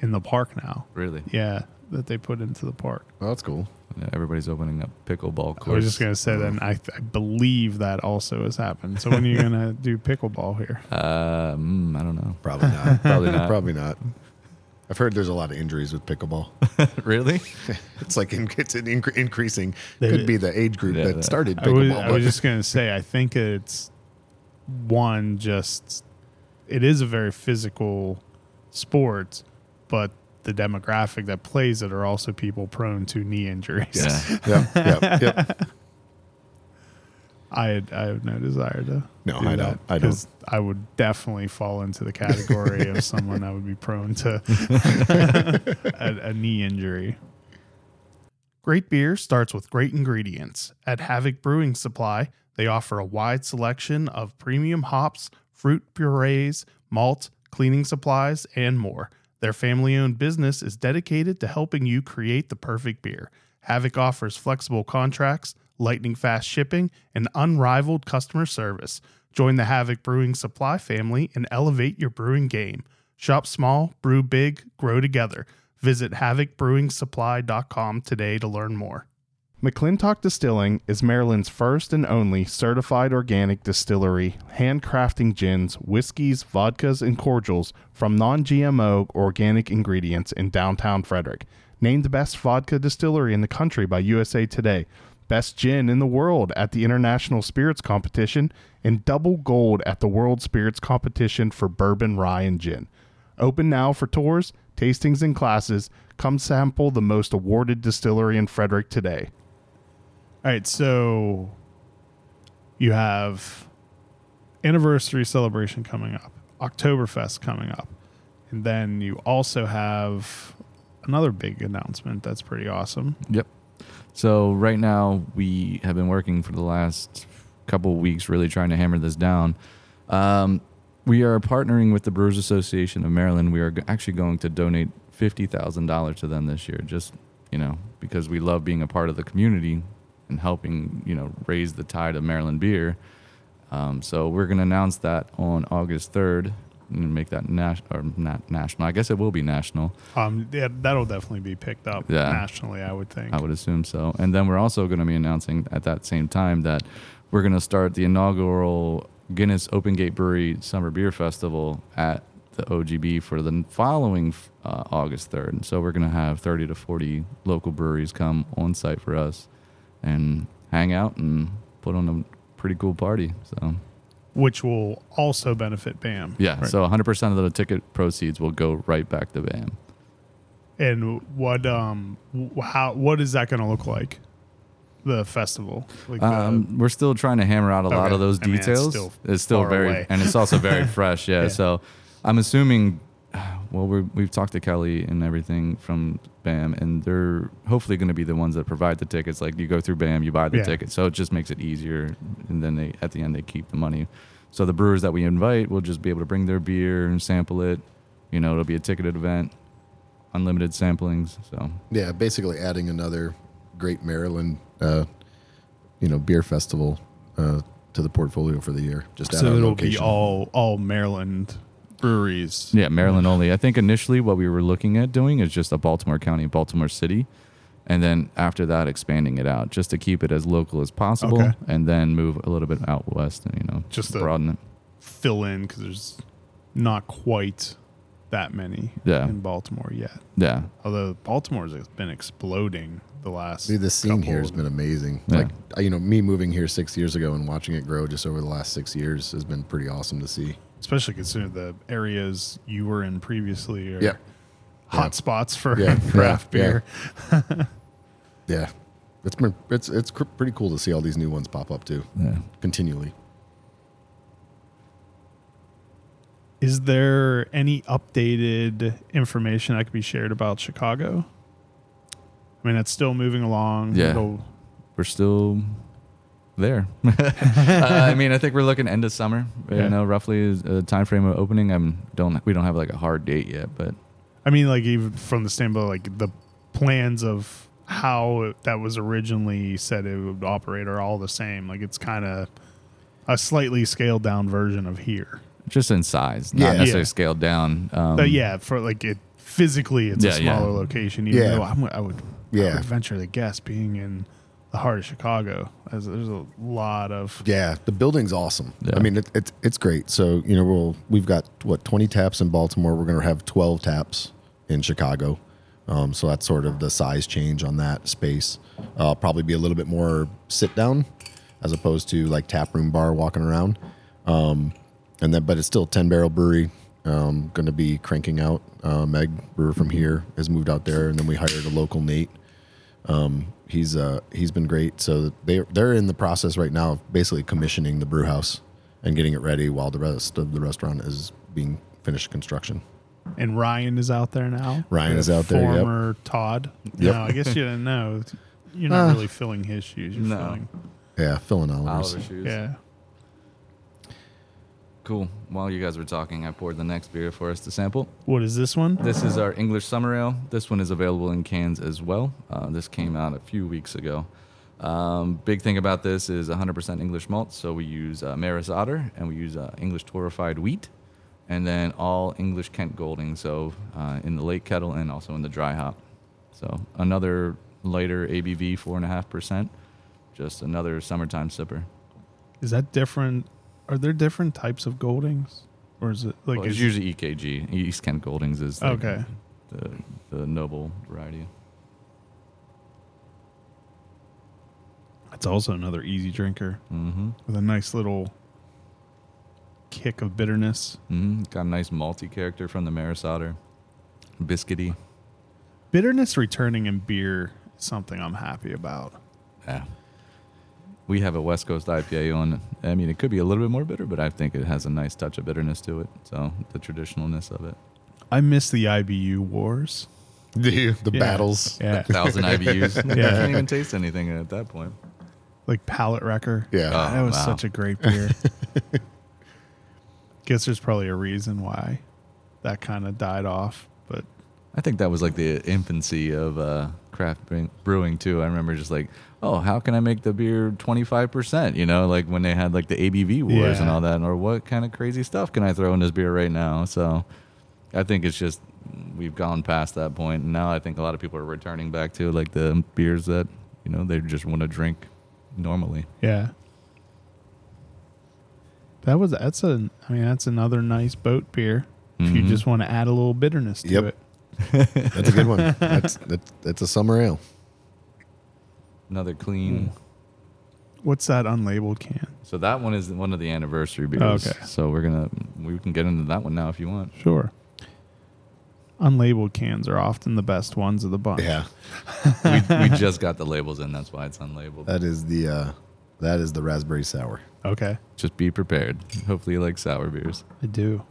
Speaker 1: in the park now.
Speaker 2: Really?
Speaker 1: Yeah, that they put into the park.
Speaker 3: Well, that's cool.
Speaker 2: Yeah, everybody's opening up pickleball courts.
Speaker 1: I was just gonna say that, and I, I believe that also has happened. So when are you gonna do pickleball here?
Speaker 2: Uh, mm, I don't know.
Speaker 3: Probably [laughs] not.
Speaker 2: Probably not.
Speaker 3: Probably not. I've heard there's a lot of injuries with pickleball. [laughs]
Speaker 2: really?
Speaker 3: It's like in, it's an incre- increasing.
Speaker 1: They-
Speaker 3: Could be the age group
Speaker 2: Yeah,
Speaker 3: that
Speaker 2: that-
Speaker 3: started
Speaker 1: I was,
Speaker 3: pickleball.
Speaker 1: I was
Speaker 3: [laughs]
Speaker 1: just gonna say, I think it's one just it is a very physical sport, but the demographic that plays it are also
Speaker 2: [laughs]
Speaker 1: people prone to knee injuries.
Speaker 2: Yeah.
Speaker 3: but- yep. Yep. Yep.
Speaker 1: I had, I have no desire to.
Speaker 3: No,
Speaker 1: do that
Speaker 3: I don't- I don't.
Speaker 1: 'cause I would definitely fall into the category
Speaker 3: [laughs]
Speaker 1: of someone that would be prone to [laughs] a, a knee injury. Great beer starts with great ingredients. At Havoc Brewing Supply, they offer a wide selection of premium hops, fruit purees, malt, cleaning supplies, and more. Their family owned business is dedicated to helping you create the perfect beer. Havoc offers flexible contracts, lightning fast shipping, and unrivaled customer service. Join the Havoc Brewing Supply family and elevate your brewing game. Shop small, brew big, grow together. Visit havocbrewingsupply.com today to learn more. McClintock Distilling is Maryland's first and only certified organic distillery, handcrafting gins, whiskeys, vodkas, and cordials from non GMO organic ingredients in downtown Frederick. Named the best vodka distillery in the country by USA Today, best gin in the world at the International Spirits Competition, and double gold at the World Spirits Competition for bourbon, rye, and gin. Open now for tours, tastings, and classes. Come sample the most awarded distillery in Frederick today. All right, so you have anniversary celebration coming up, Oktoberfest coming up, and then you also have another big announcement that's pretty awesome.
Speaker 2: Yep. So right now we have been working for the last couple of weeks, really trying to hammer this down. Um, we are partnering with the Brewers Association of Maryland. We are g- actually going to donate fifty thousand dollars to them this year, just you know, because we love being a part of the community and helping you know raise the tide of Maryland beer. Um, so we're going to announce that on August third and make that national or not national. I guess it will be national.
Speaker 1: Um, yeah, that'll definitely be picked up
Speaker 2: Yeah.
Speaker 1: nationally, I would think.
Speaker 2: I would assume so. And then we're also going to be announcing at that same time that we're going to start the inaugural Guinness Open Gate Brewery Summer Beer Festival at the OGB for the following uh, August 3rd. So we're going to have 30 to 40 local breweries come on site for us and hang out and put on a pretty cool party. So,
Speaker 1: Which will also benefit BAM.
Speaker 2: yeah.
Speaker 1: Right.
Speaker 2: So 100% of the ticket proceeds will go right back to BAM.
Speaker 1: and what um wh- how what is that going to look like? The festival, like the-
Speaker 2: Um, we're still trying to hammer out a lot
Speaker 1: Okay.
Speaker 2: of those
Speaker 1: I mean, it's
Speaker 2: details.
Speaker 1: still
Speaker 2: it's still
Speaker 1: far
Speaker 2: very,
Speaker 1: away.
Speaker 2: and it's
Speaker 1: [laughs]
Speaker 2: also very fresh. Yeah.
Speaker 1: Yeah.
Speaker 2: So I'm assuming, [sighs] well, we're, we've talked to Kelly and everything from BAM, and they're hopefully going to be the ones that provide the tickets. Like you go through BAM, you buy the
Speaker 1: Yeah.
Speaker 2: ticket, so it just makes it easier. And then they, at the end, they keep the money. So the brewers that we invite will just be able to bring their beer and sample it. You know, it'll be a ticketed event, unlimited samplings. So
Speaker 3: Yeah, basically adding another great Maryland, uh, you know, beer festival uh, to the portfolio for the year. Just add
Speaker 1: so
Speaker 3: on
Speaker 1: it'll be
Speaker 3: location.
Speaker 1: all all Maryland breweries.
Speaker 2: Yeah, Maryland only. I think initially what we were looking at doing is just a Baltimore County, Baltimore City, and then after that expanding it out just to keep it as local as possible,
Speaker 1: Okay.
Speaker 2: and then move a little bit out west and you know
Speaker 1: Just to-
Speaker 2: broaden it.
Speaker 1: fill in because there's not quite that many
Speaker 2: Yeah.
Speaker 1: in Baltimore yet.
Speaker 2: Yeah,
Speaker 1: Although Baltimore's been exploding the last.
Speaker 3: Dude, the scene
Speaker 1: couple
Speaker 3: here has
Speaker 1: of-
Speaker 3: been amazing.
Speaker 2: Yeah.
Speaker 3: Like, I- you know, me moving here six years ago and watching it grow just over the last six years has been pretty awesome to see.
Speaker 1: especially considering the areas you were in previously are
Speaker 3: Yeah.
Speaker 1: hot spots [laughs] for
Speaker 3: Yeah,
Speaker 1: craft
Speaker 3: yeah, yeah.
Speaker 1: beer.
Speaker 3: Yeah, it's been it's it's cr- pretty cool to see all these new ones pop up too,
Speaker 2: yeah.
Speaker 3: continually.
Speaker 1: Is there any updated information that could be shared about Chicago? I mean, that's still moving along.
Speaker 2: Yeah.
Speaker 1: It'll-
Speaker 2: We're still there. [laughs] uh, I mean, I think we're looking end of summer.
Speaker 1: Yeah.
Speaker 2: You know, roughly is a time frame of opening. I'm don't we don't have like a hard date yet, but
Speaker 1: I mean, like even from the standpoint, like the plans of how it- that was originally said it would operate are all the same. Like it's kind of a slightly scaled down version of here.
Speaker 2: just in size,
Speaker 3: Yeah.
Speaker 2: not necessarily
Speaker 1: Yeah.
Speaker 2: scaled down. Um,
Speaker 1: but yeah, for like it physically, it's a
Speaker 2: Yeah, yeah.
Speaker 1: smaller location. Even
Speaker 3: Yeah.
Speaker 1: though I'm, I would, I
Speaker 3: Yeah.
Speaker 1: would venture to guess being in the heart of Chicago, as there's a lot of
Speaker 3: Yeah, the building's awesome.
Speaker 2: Yeah.
Speaker 3: I mean, it, it's it's great. So you know, we'll we've got what twenty taps in Baltimore. We're gonna have twelve taps in Chicago. Um, so that's sort of the size change on that space. Uh, probably be a little bit more sit down as opposed to like tap room bar walking around. Um, and then, but it's still ten barrel brewery. Um, going to be cranking out. Uh, Meg Brewer from here has moved out there, and then we hired a local Nate Um, he's uh, he's been great. So they they're in the process right now of basically commissioning the brew house and getting it ready while the rest of the restaurant is being finished construction.
Speaker 1: And Ryan is out there now.
Speaker 3: Ryan is
Speaker 1: The
Speaker 3: out there, yep.
Speaker 1: Former Todd.
Speaker 3: Yep.
Speaker 1: No, I guess you didn't
Speaker 3: [laughs]
Speaker 1: know. You're not
Speaker 3: Uh,
Speaker 1: really filling his shoes. You're
Speaker 2: no.
Speaker 1: filling.
Speaker 3: Yeah, Phil and Oliver's.
Speaker 2: Oliver shoes.
Speaker 1: Yeah.
Speaker 2: Cool. While you guys were talking, I poured the next beer for us to sample.
Speaker 1: What is this one?
Speaker 2: This is our English summer ale. This one is available in cans as well. Uh, this came out a few weeks ago. Um, big thing about this is 100% English malt. So we use uh, Maris Otter and we use uh, English torrefied wheat and then all English Kent Golding. So uh, in the late kettle and also in the dry hop. So another lighter ABV, 4.5%. Just another summertime sipper.
Speaker 1: Is that different? Are there different types of Goldings, or is it like
Speaker 2: Well, it's
Speaker 1: is-
Speaker 2: usually EKG. East Kent Goldings is the,
Speaker 1: Okay.
Speaker 2: the, the noble variety.
Speaker 1: It's also another easy drinker
Speaker 2: Mm-hmm.
Speaker 1: with a nice little kick of bitterness.
Speaker 2: hmm Got a nice malty character from the Maris Otter. Biscuity.
Speaker 1: Bitterness returning in beer is something I'm happy about.
Speaker 2: Yeah. Ah. We have a West Coast IPA on. I mean, it could be a little bit more bitter, but I think it has a nice touch of bitterness to it. So the
Speaker 1: [laughs]
Speaker 2: traditionalness of it.
Speaker 1: I miss the IBU wars.
Speaker 3: [laughs] The, the
Speaker 1: Yeah.
Speaker 3: battles.
Speaker 1: Yeah,
Speaker 2: Thousand IBUs. I
Speaker 1: Yeah.
Speaker 2: can't even taste anything at that point.
Speaker 1: like Palette Wrecker.
Speaker 3: Yeah.
Speaker 2: Oh,
Speaker 1: Ah, that was
Speaker 2: wow.
Speaker 1: such a great beer. Guess there's probably a reason why that kind of died off, but
Speaker 2: I think that was like the infancy of uh, craft bre- brewing too. I remember just like, oh, how can I make the beer twenty five percent? You know, like when they had like the ABV wars and
Speaker 1: Yeah.
Speaker 2: all that, or what kind of crazy stuff can I throw in this beer right now? So, I think it's just we've gone past that point, and now I think a lot of people are returning back to like the beers that you know they just want to drink normally.
Speaker 1: yeah. That was that's a I mean that's another nice boat beer. If you
Speaker 2: Mhm.
Speaker 1: just want to add a little bitterness to
Speaker 3: Mm-hmm. Yep.
Speaker 1: it.
Speaker 3: That's a
Speaker 1: [laughs]
Speaker 3: good one. That's, that's, that's a summer ale.
Speaker 2: Another
Speaker 1: Hmm.
Speaker 2: clean.
Speaker 1: What's that unlabeled can?
Speaker 2: So that one is one of the anniversary beers.
Speaker 1: Okay.
Speaker 2: So we're gonna we can get into that one now if you
Speaker 1: [laughs]
Speaker 2: want.
Speaker 1: Sure. Unlabeled cans are often the best ones of the bunch.
Speaker 3: Yeah.
Speaker 2: we, we just got the labels in. That's why it's unlabeled.
Speaker 3: That is the uh, that is the raspberry sour.
Speaker 1: Okay.
Speaker 2: just be prepared. Hopefully, you like sour beers.
Speaker 1: I do.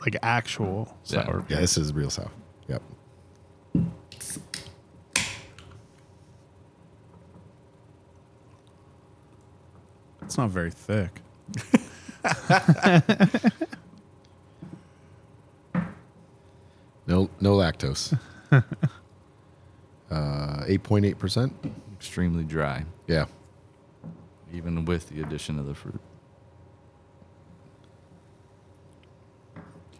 Speaker 1: Like actual
Speaker 2: Yeah.
Speaker 1: sour.
Speaker 3: Yeah, this is real sour. Yep.
Speaker 1: It's not very thick.
Speaker 3: No no lactose.
Speaker 1: [laughs]
Speaker 3: Uh, 8.8%.
Speaker 2: Extremely dry,
Speaker 3: Yeah.
Speaker 2: even with the addition of the fruit.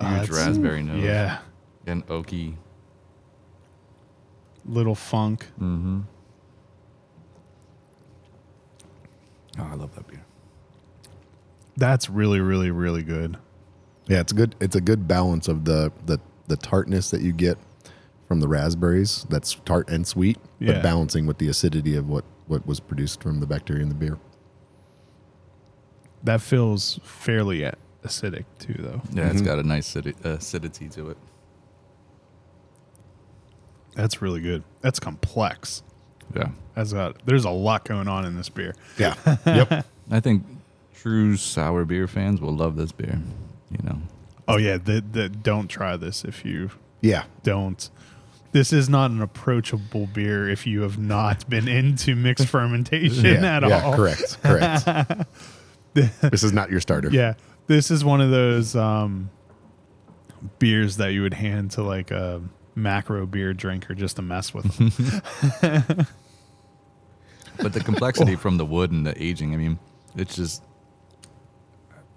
Speaker 1: Ah,
Speaker 2: Huge
Speaker 1: it's-
Speaker 2: raspberry note.
Speaker 1: Yeah.
Speaker 2: And oaky.
Speaker 1: Little funk.
Speaker 2: Mm-hmm. Oh, I love that beer.
Speaker 1: That's really, really, really good.
Speaker 3: Yeah, it's good. It's a good balance of the the the tartness that you get from the raspberries. That's tart and sweet,
Speaker 1: Yeah.
Speaker 3: but balancing with the acidity of what what was produced from the bacteria in the beer.
Speaker 1: That feels fairly a- acidic too, though.
Speaker 2: Yeah, it's got a nice acidi- acidity to it.
Speaker 1: That's really good. That's complex.
Speaker 2: Yeah.
Speaker 1: That's got. There's a lot going on in this beer.
Speaker 3: Yeah. [laughs] yep.
Speaker 2: I think true sour beer fans will love this beer. You know,
Speaker 1: Oh yeah. That that don't try this if you
Speaker 3: Yeah.
Speaker 1: don't. This is not an approachable beer if you have not been [laughs] into mixed fermentation
Speaker 3: yeah,
Speaker 1: at
Speaker 3: yeah,
Speaker 1: all.
Speaker 3: Correct.
Speaker 1: [laughs]
Speaker 3: Correct. this is not your starter.
Speaker 1: Yeah. This is one of those um, beers that you would hand to like a macro beer drinker just to mess with them.
Speaker 2: but the complexity from the wood and the aging i mean it's just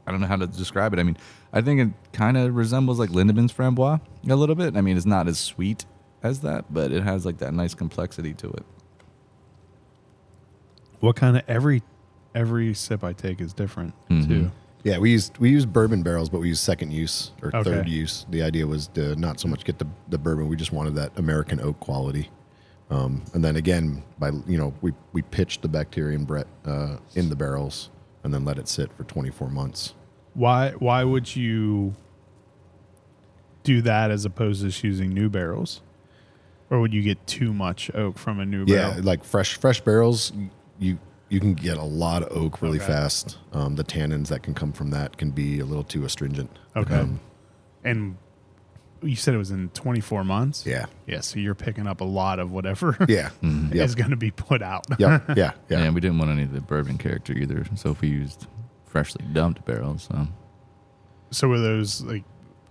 Speaker 2: i don't know how to describe it i mean i think it kind of resembles like lindemann's frambois a little bit i mean it's not as sweet as that but it has like that nice complexity to it
Speaker 1: what kind of every every sip I take is different too.
Speaker 3: Yeah, we used we used bourbon barrels, but we used second use or
Speaker 1: Okay.
Speaker 3: third use. The idea was to not so much get the, the bourbon; we just wanted that American oak quality. Um, and then again, by you know, we we pitched the bacterium Brett uh, in the barrels and then let it sit for 24 months.
Speaker 1: Why why would you do that as opposed to just using new barrels? or would you get too much oak from a new
Speaker 3: Yeah,
Speaker 1: barrel?
Speaker 3: like fresh fresh barrels, you you can get a lot of oak really
Speaker 1: Okay.
Speaker 3: fast. Um, the tannins that can come from that can be a little too astringent.
Speaker 1: Okay.
Speaker 3: Um,
Speaker 1: and you said it was in 24 months.
Speaker 3: yeah.
Speaker 1: Yeah. So you're picking up a lot of whatever [laughs]
Speaker 3: Yeah. Yep.
Speaker 1: is going to be put out.
Speaker 3: Yep. Yeah. Yeah.
Speaker 2: Yeah. And we didn't want any of the bourbon character either, so we used freshly dumped barrels. So
Speaker 1: [laughs] So were those like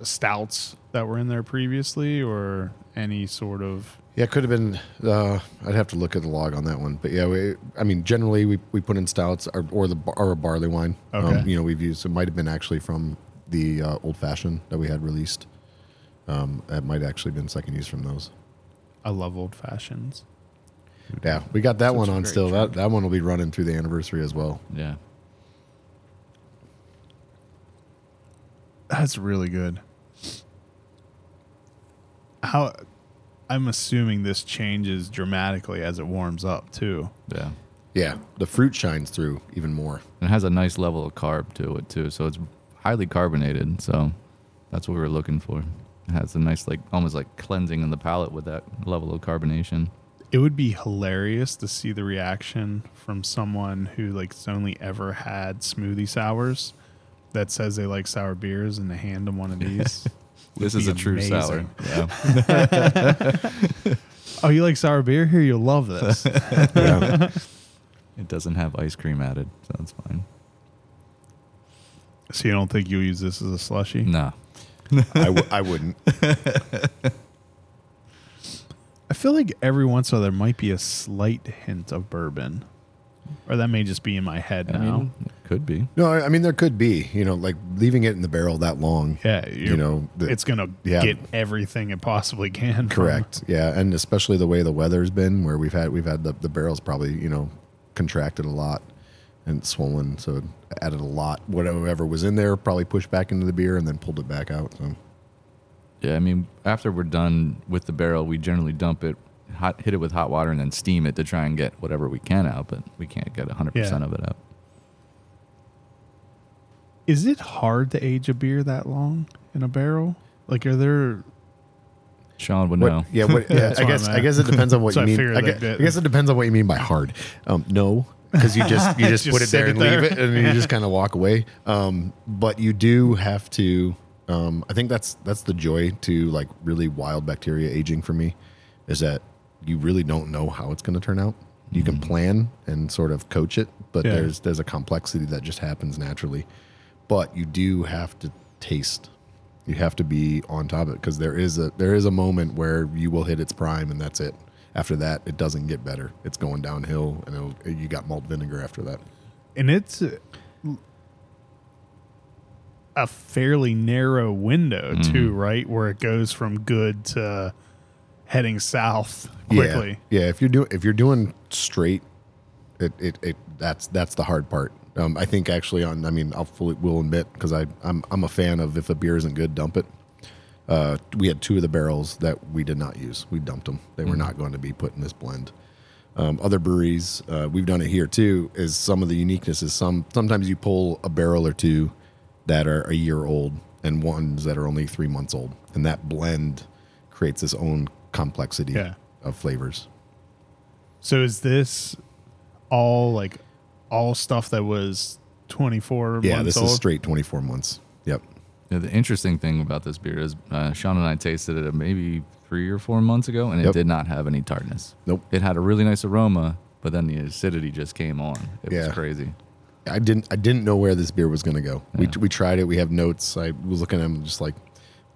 Speaker 1: stouts that were in there previously, or any sort of?
Speaker 3: Yeah, it could have been. Uh, I'd have to look at the log on that one, but yeah, we, I mean, generally we, we put in stouts or, or the bar- or a barley wine. Um,
Speaker 1: Okay.
Speaker 3: you know, we've used it might have been actually from the uh, old fashioned that we had released. Um, that might actually been second use from those.
Speaker 1: I love old fashions.
Speaker 3: Yeah, we got that
Speaker 1: Such
Speaker 3: one
Speaker 1: a
Speaker 3: on
Speaker 1: great
Speaker 3: still. That that one will be running through the anniversary as well.
Speaker 2: yeah,
Speaker 1: That's really good. How I'm assuming this changes dramatically as it warms up too.
Speaker 2: yeah.
Speaker 3: Yeah, the fruit shines through even
Speaker 1: [laughs]
Speaker 3: more.
Speaker 2: And it has a nice level of carb to it too, so it's highly carbonated. So that's what we were looking for. It has a nice like almost like cleansing in the palate with that level of carbonation.
Speaker 1: It would be hilarious to see the reaction from someone who like's only ever had smoothie sours that says they like sour beers and they hand them one of these.
Speaker 2: [laughs] This is
Speaker 1: be
Speaker 2: a true
Speaker 1: amazing.
Speaker 2: sour. Yeah.
Speaker 3: [laughs]
Speaker 1: oh, you like sour beer? Here, you'll love
Speaker 2: [laughs]
Speaker 1: this.
Speaker 3: Yeah.
Speaker 2: It doesn't have ice cream added, so that's fine.
Speaker 1: so you don't think you'll use this as a slushy?
Speaker 2: Nah.
Speaker 3: I, w- I wouldn't.
Speaker 1: I feel like every once in a while there might be a slight hint of bourbon, or that may just be in my head
Speaker 2: I
Speaker 1: now.
Speaker 2: mean, it could be.
Speaker 3: No, I, I mean there could be. You know, like leaving it in the barrel that long.
Speaker 1: yeah,
Speaker 3: You know, the-
Speaker 1: it's gonna
Speaker 3: Yeah.
Speaker 1: get everything it possibly can. from-
Speaker 3: Correct. Yeah, and especially the way the weather's been, where we've had we've had the, the barrels probably you know contracted a lot and swollen, so it added a lot. Whatever was in there probably pushed back into the beer and then pulled it back out. So
Speaker 2: Yeah, I mean, after we're done with the barrel, we generally dump it, hot, hit it with hot water, and then steam it to try and get whatever we can out, but we can't get 100%
Speaker 1: Yeah.
Speaker 2: of it out.
Speaker 1: Is it hard to age a beer that long in a barrel? Like, are there?
Speaker 2: Sean would
Speaker 3: What-
Speaker 2: know.
Speaker 1: [laughs]
Speaker 3: yeah, what, yeah.
Speaker 1: That's
Speaker 3: I
Speaker 1: what
Speaker 3: guess
Speaker 1: I'm
Speaker 3: I
Speaker 1: at.
Speaker 3: guess it depends
Speaker 1: [laughs]
Speaker 3: on what
Speaker 1: So I
Speaker 3: you mean.
Speaker 1: figured
Speaker 3: I
Speaker 1: that
Speaker 3: guess, I
Speaker 1: bit.
Speaker 3: guess it depends on what you mean by hard. Um, no, because you
Speaker 1: [laughs]
Speaker 3: just you just,
Speaker 1: Just
Speaker 3: put it there
Speaker 1: sit it
Speaker 3: and
Speaker 1: there.
Speaker 3: leave it, and you just kind of walk away. Um, but you do have to. Um, I think that's that's the joy to like really wild bacteria aging for me, is that you really don't know how it's going to turn out. You can plan and sort of coach it, but
Speaker 1: Yeah.
Speaker 3: there's there's a complexity that just happens naturally. But you do have to taste. You have to be on top of it because there is a there is a moment where you will hit its prime and that's it. After that, it doesn't get better. It's going downhill, and it'll, you got malt vinegar after that.
Speaker 1: And it's uh, a fairly narrow window
Speaker 3: Mm-hmm.
Speaker 1: too, right? Where it goes from good to heading south quickly.
Speaker 3: Yeah, yeah. If you're doing if you're doing straight, it, it, it that's that's the hard part. Um, I think actually on I mean I'll fully will admit because I I'm I'm a fan of if a beer isn't good, dump it. Uh, we had two of the barrels that we did not use. We dumped them. They
Speaker 1: Mm.
Speaker 3: were not going to be put in this blend. Um, other breweries, uh, we've done it here too. Is some of the uniqueness is some sometimes you pull a barrel or two that are a year old and ones that are only three months old, and that blend creates its own complexity
Speaker 1: Yeah.
Speaker 3: of flavors.
Speaker 1: So is this all like all stuff that was 24
Speaker 3: Yeah,
Speaker 1: months
Speaker 3: this
Speaker 1: old?
Speaker 3: is straight 24 months. Yep.
Speaker 2: Yeah, the interesting thing about this beer is uh, Sean and I tasted it maybe three or four months ago, and it
Speaker 3: Yep.
Speaker 2: did not have any tartness.
Speaker 3: Nope.
Speaker 2: It had a really nice aroma, but then the acidity just came on. It
Speaker 3: Yeah.
Speaker 2: was crazy.
Speaker 3: I didn't I didn't know where this beer was going to go.
Speaker 2: Yeah.
Speaker 3: We, we tried it. We have notes. I was looking at them just like,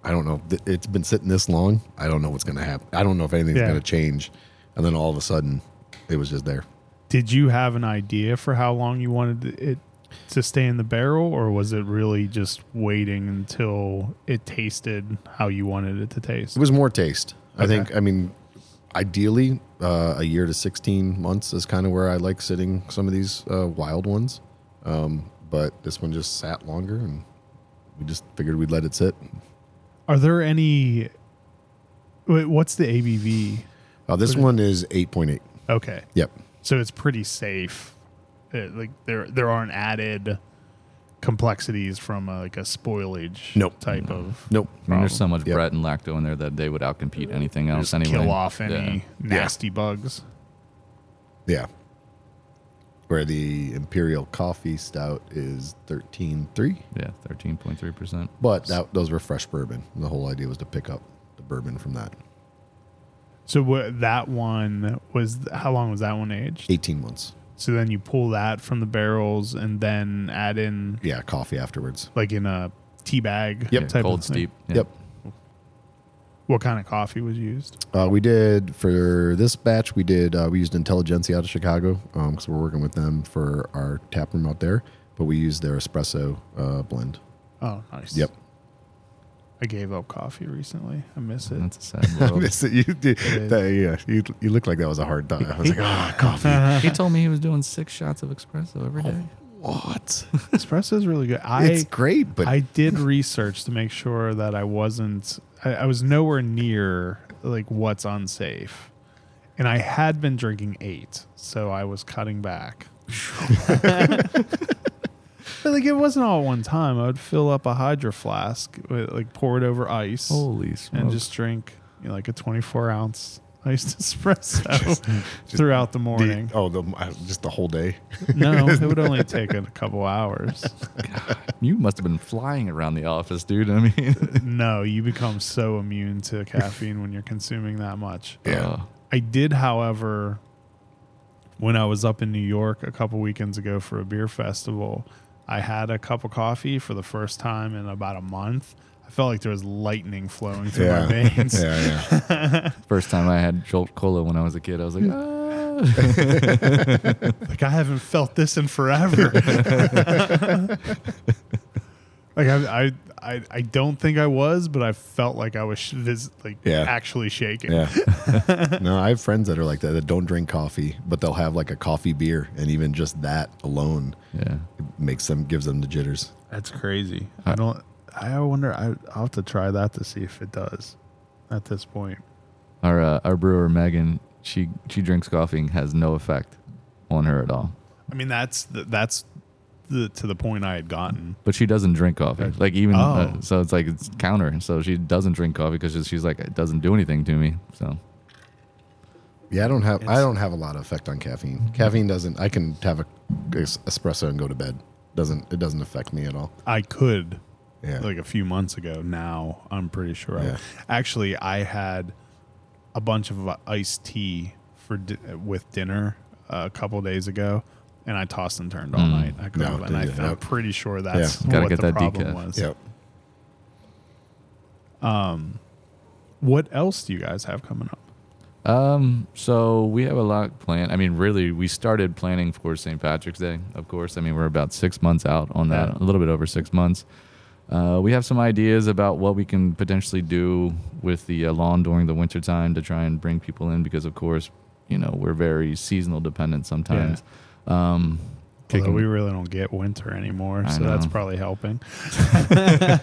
Speaker 3: I don't know. Th- It's been sitting this long. I don't know what's going to happen. I don't know if anything's
Speaker 1: Yeah.
Speaker 3: going to change. And then all of a sudden, it was just there.
Speaker 1: Did you have an idea for how long you wanted it to stay in the barrel, or was it really just waiting until it tasted how you wanted it to taste?
Speaker 3: It was more taste. I
Speaker 1: Okay.
Speaker 3: think, I mean, ideally, uh, a year to 16 months is kind of where I like sitting some of these uh, wild ones. Um, but this one just sat longer and we just figured we'd let it sit.
Speaker 1: Are there any? Wait, what's the ABV?
Speaker 3: Uh, this one is 8.8.
Speaker 1: Okay,
Speaker 3: Yep.
Speaker 1: so it's pretty safe. Uh, like there, there aren't added complexities from uh, like a spoilage
Speaker 3: Nope.
Speaker 1: type of
Speaker 3: Nope.
Speaker 2: I mean, there's so much
Speaker 3: Yep.
Speaker 2: Brett and lacto in there that they would outcompete anything else
Speaker 1: just
Speaker 2: anyway.
Speaker 1: kill off any
Speaker 2: Yeah.
Speaker 1: nasty bugs.
Speaker 3: Yeah. Where the Imperial Coffee Stout is 13.3,
Speaker 2: Yeah, thirteen point three percent.
Speaker 3: but that, those were fresh bourbon. The whole idea was to pick up the bourbon from that.
Speaker 1: So what, that one was how long was that one aged?
Speaker 3: 18 months.
Speaker 1: So then you pull that from the barrels and then add in
Speaker 3: Yeah, coffee afterwards.
Speaker 1: like in a tea bag.
Speaker 2: Yeah, cold
Speaker 1: of thing.
Speaker 2: steep. Yeah.
Speaker 3: Yep.
Speaker 1: What kind of coffee was used?
Speaker 3: Uh, we did for this batch. We did uh, we used Intelligentsia out of Chicago because we're working with them for our tap room out there. But we used their espresso uh, blend.
Speaker 1: Oh, nice.
Speaker 2: [laughs]
Speaker 3: Yep.
Speaker 1: I gave up coffee recently. I miss it.
Speaker 2: That's a sad
Speaker 3: [laughs]
Speaker 2: world.
Speaker 3: you, yeah, you, you look like that was a hard time. I was
Speaker 2: [laughs]
Speaker 3: like, ah, coffee.
Speaker 2: he told me he was doing six shots of espresso
Speaker 1: Oh.
Speaker 2: every day.
Speaker 3: what?
Speaker 1: Espresso is really good. I
Speaker 3: it's great, but
Speaker 1: I did research to make sure that I wasn't, I, I was nowhere near like what's unsafe. And I had been drinking eight, so I was cutting back. [laughs] but like it wasn't all at one time. I would fill up a hydro flask, with, like pour it over ice,
Speaker 2: Holy smokes!
Speaker 1: and just drink you know, like a 24 ounce [laughs] iced espresso throughout the
Speaker 2: [laughs]
Speaker 3: the-
Speaker 1: morning.
Speaker 3: oh, the, uh, just the whole day.
Speaker 1: no, it would only take a couple hours.
Speaker 2: you must have been flying around the office, dude.
Speaker 1: [laughs]
Speaker 2: I mean,
Speaker 1: No, you become so immune to caffeine when you're consuming that much.
Speaker 3: Yeah.
Speaker 2: uh,
Speaker 1: I did, however, when I was up in New York a couple weekends ago for a beer festival, I had a cup of coffee for the first time in about a month. I felt like there was lightning flowing through my
Speaker 3: [laughs]
Speaker 1: veins. [laughs]
Speaker 3: yeah, yeah.
Speaker 2: first time I had Jolt Cola when I was a kid, I was like, ah.
Speaker 1: [laughs] Like I haven't felt this in
Speaker 3: [laughs]
Speaker 1: forever. like I, I, I, I don't think I was, but I felt like I was sh- this, like
Speaker 3: Yeah.
Speaker 1: actually shaking.
Speaker 3: yeah. no, I have friends that are like that that don't drink coffee, but they'll have like a coffee beer, and even just that alone
Speaker 2: yeah.
Speaker 3: makes them gives them the jitters.
Speaker 1: That's crazy. I don't. I wonder. I, I'll have to try that to see if it does. At this point,
Speaker 2: Our uh, our brewer Megan, she she drinks coffee and has no effect on her at all.
Speaker 1: I mean that's the, that's the to the point I had gotten.
Speaker 2: But she doesn't drink coffee. Like even
Speaker 1: Oh.
Speaker 2: uh, so, it's like it's counter. So she doesn't drink coffee because she's like it doesn't do anything to me. So
Speaker 3: Yeah, I don't have I
Speaker 1: It's-
Speaker 3: don't have a lot of effect on caffeine. Caffeine doesn't. I can have a es- espresso and go to bed. Doesn't it doesn't affect me at all?
Speaker 1: I could
Speaker 3: Yeah.
Speaker 1: like a few months ago. Now I'm pretty sure.
Speaker 3: Yeah.
Speaker 1: I, actually, I had a bunch of iced tea for di- with dinner uh, a couple days ago, and I tossed and turned all
Speaker 2: Mm.
Speaker 1: night. I could
Speaker 3: No,
Speaker 1: have, and I,
Speaker 3: yeah,
Speaker 1: I'm
Speaker 3: yeah.
Speaker 1: pretty sure that's
Speaker 2: Gotta
Speaker 1: what
Speaker 2: get
Speaker 1: the
Speaker 2: that
Speaker 1: problem
Speaker 2: decaf.
Speaker 1: was.
Speaker 3: Yep.
Speaker 1: What else do you guys have coming up?
Speaker 2: Um, so we have a lot planned. I mean, really, we started planning for St. Patrick's Day, of course. I mean, we're about six months out on that,
Speaker 1: Yeah.
Speaker 2: a little bit over six months. Uh, we have some ideas about what we can potentially do with the uh, lawn during the winter time to try and bring people in because, of course, you know, we're very seasonal dependent sometimes. Um,
Speaker 1: Although
Speaker 2: kicking-
Speaker 1: we really don't get winter anymore,
Speaker 2: I
Speaker 1: so that's
Speaker 2: know.
Speaker 1: probably helping.
Speaker 2: uh,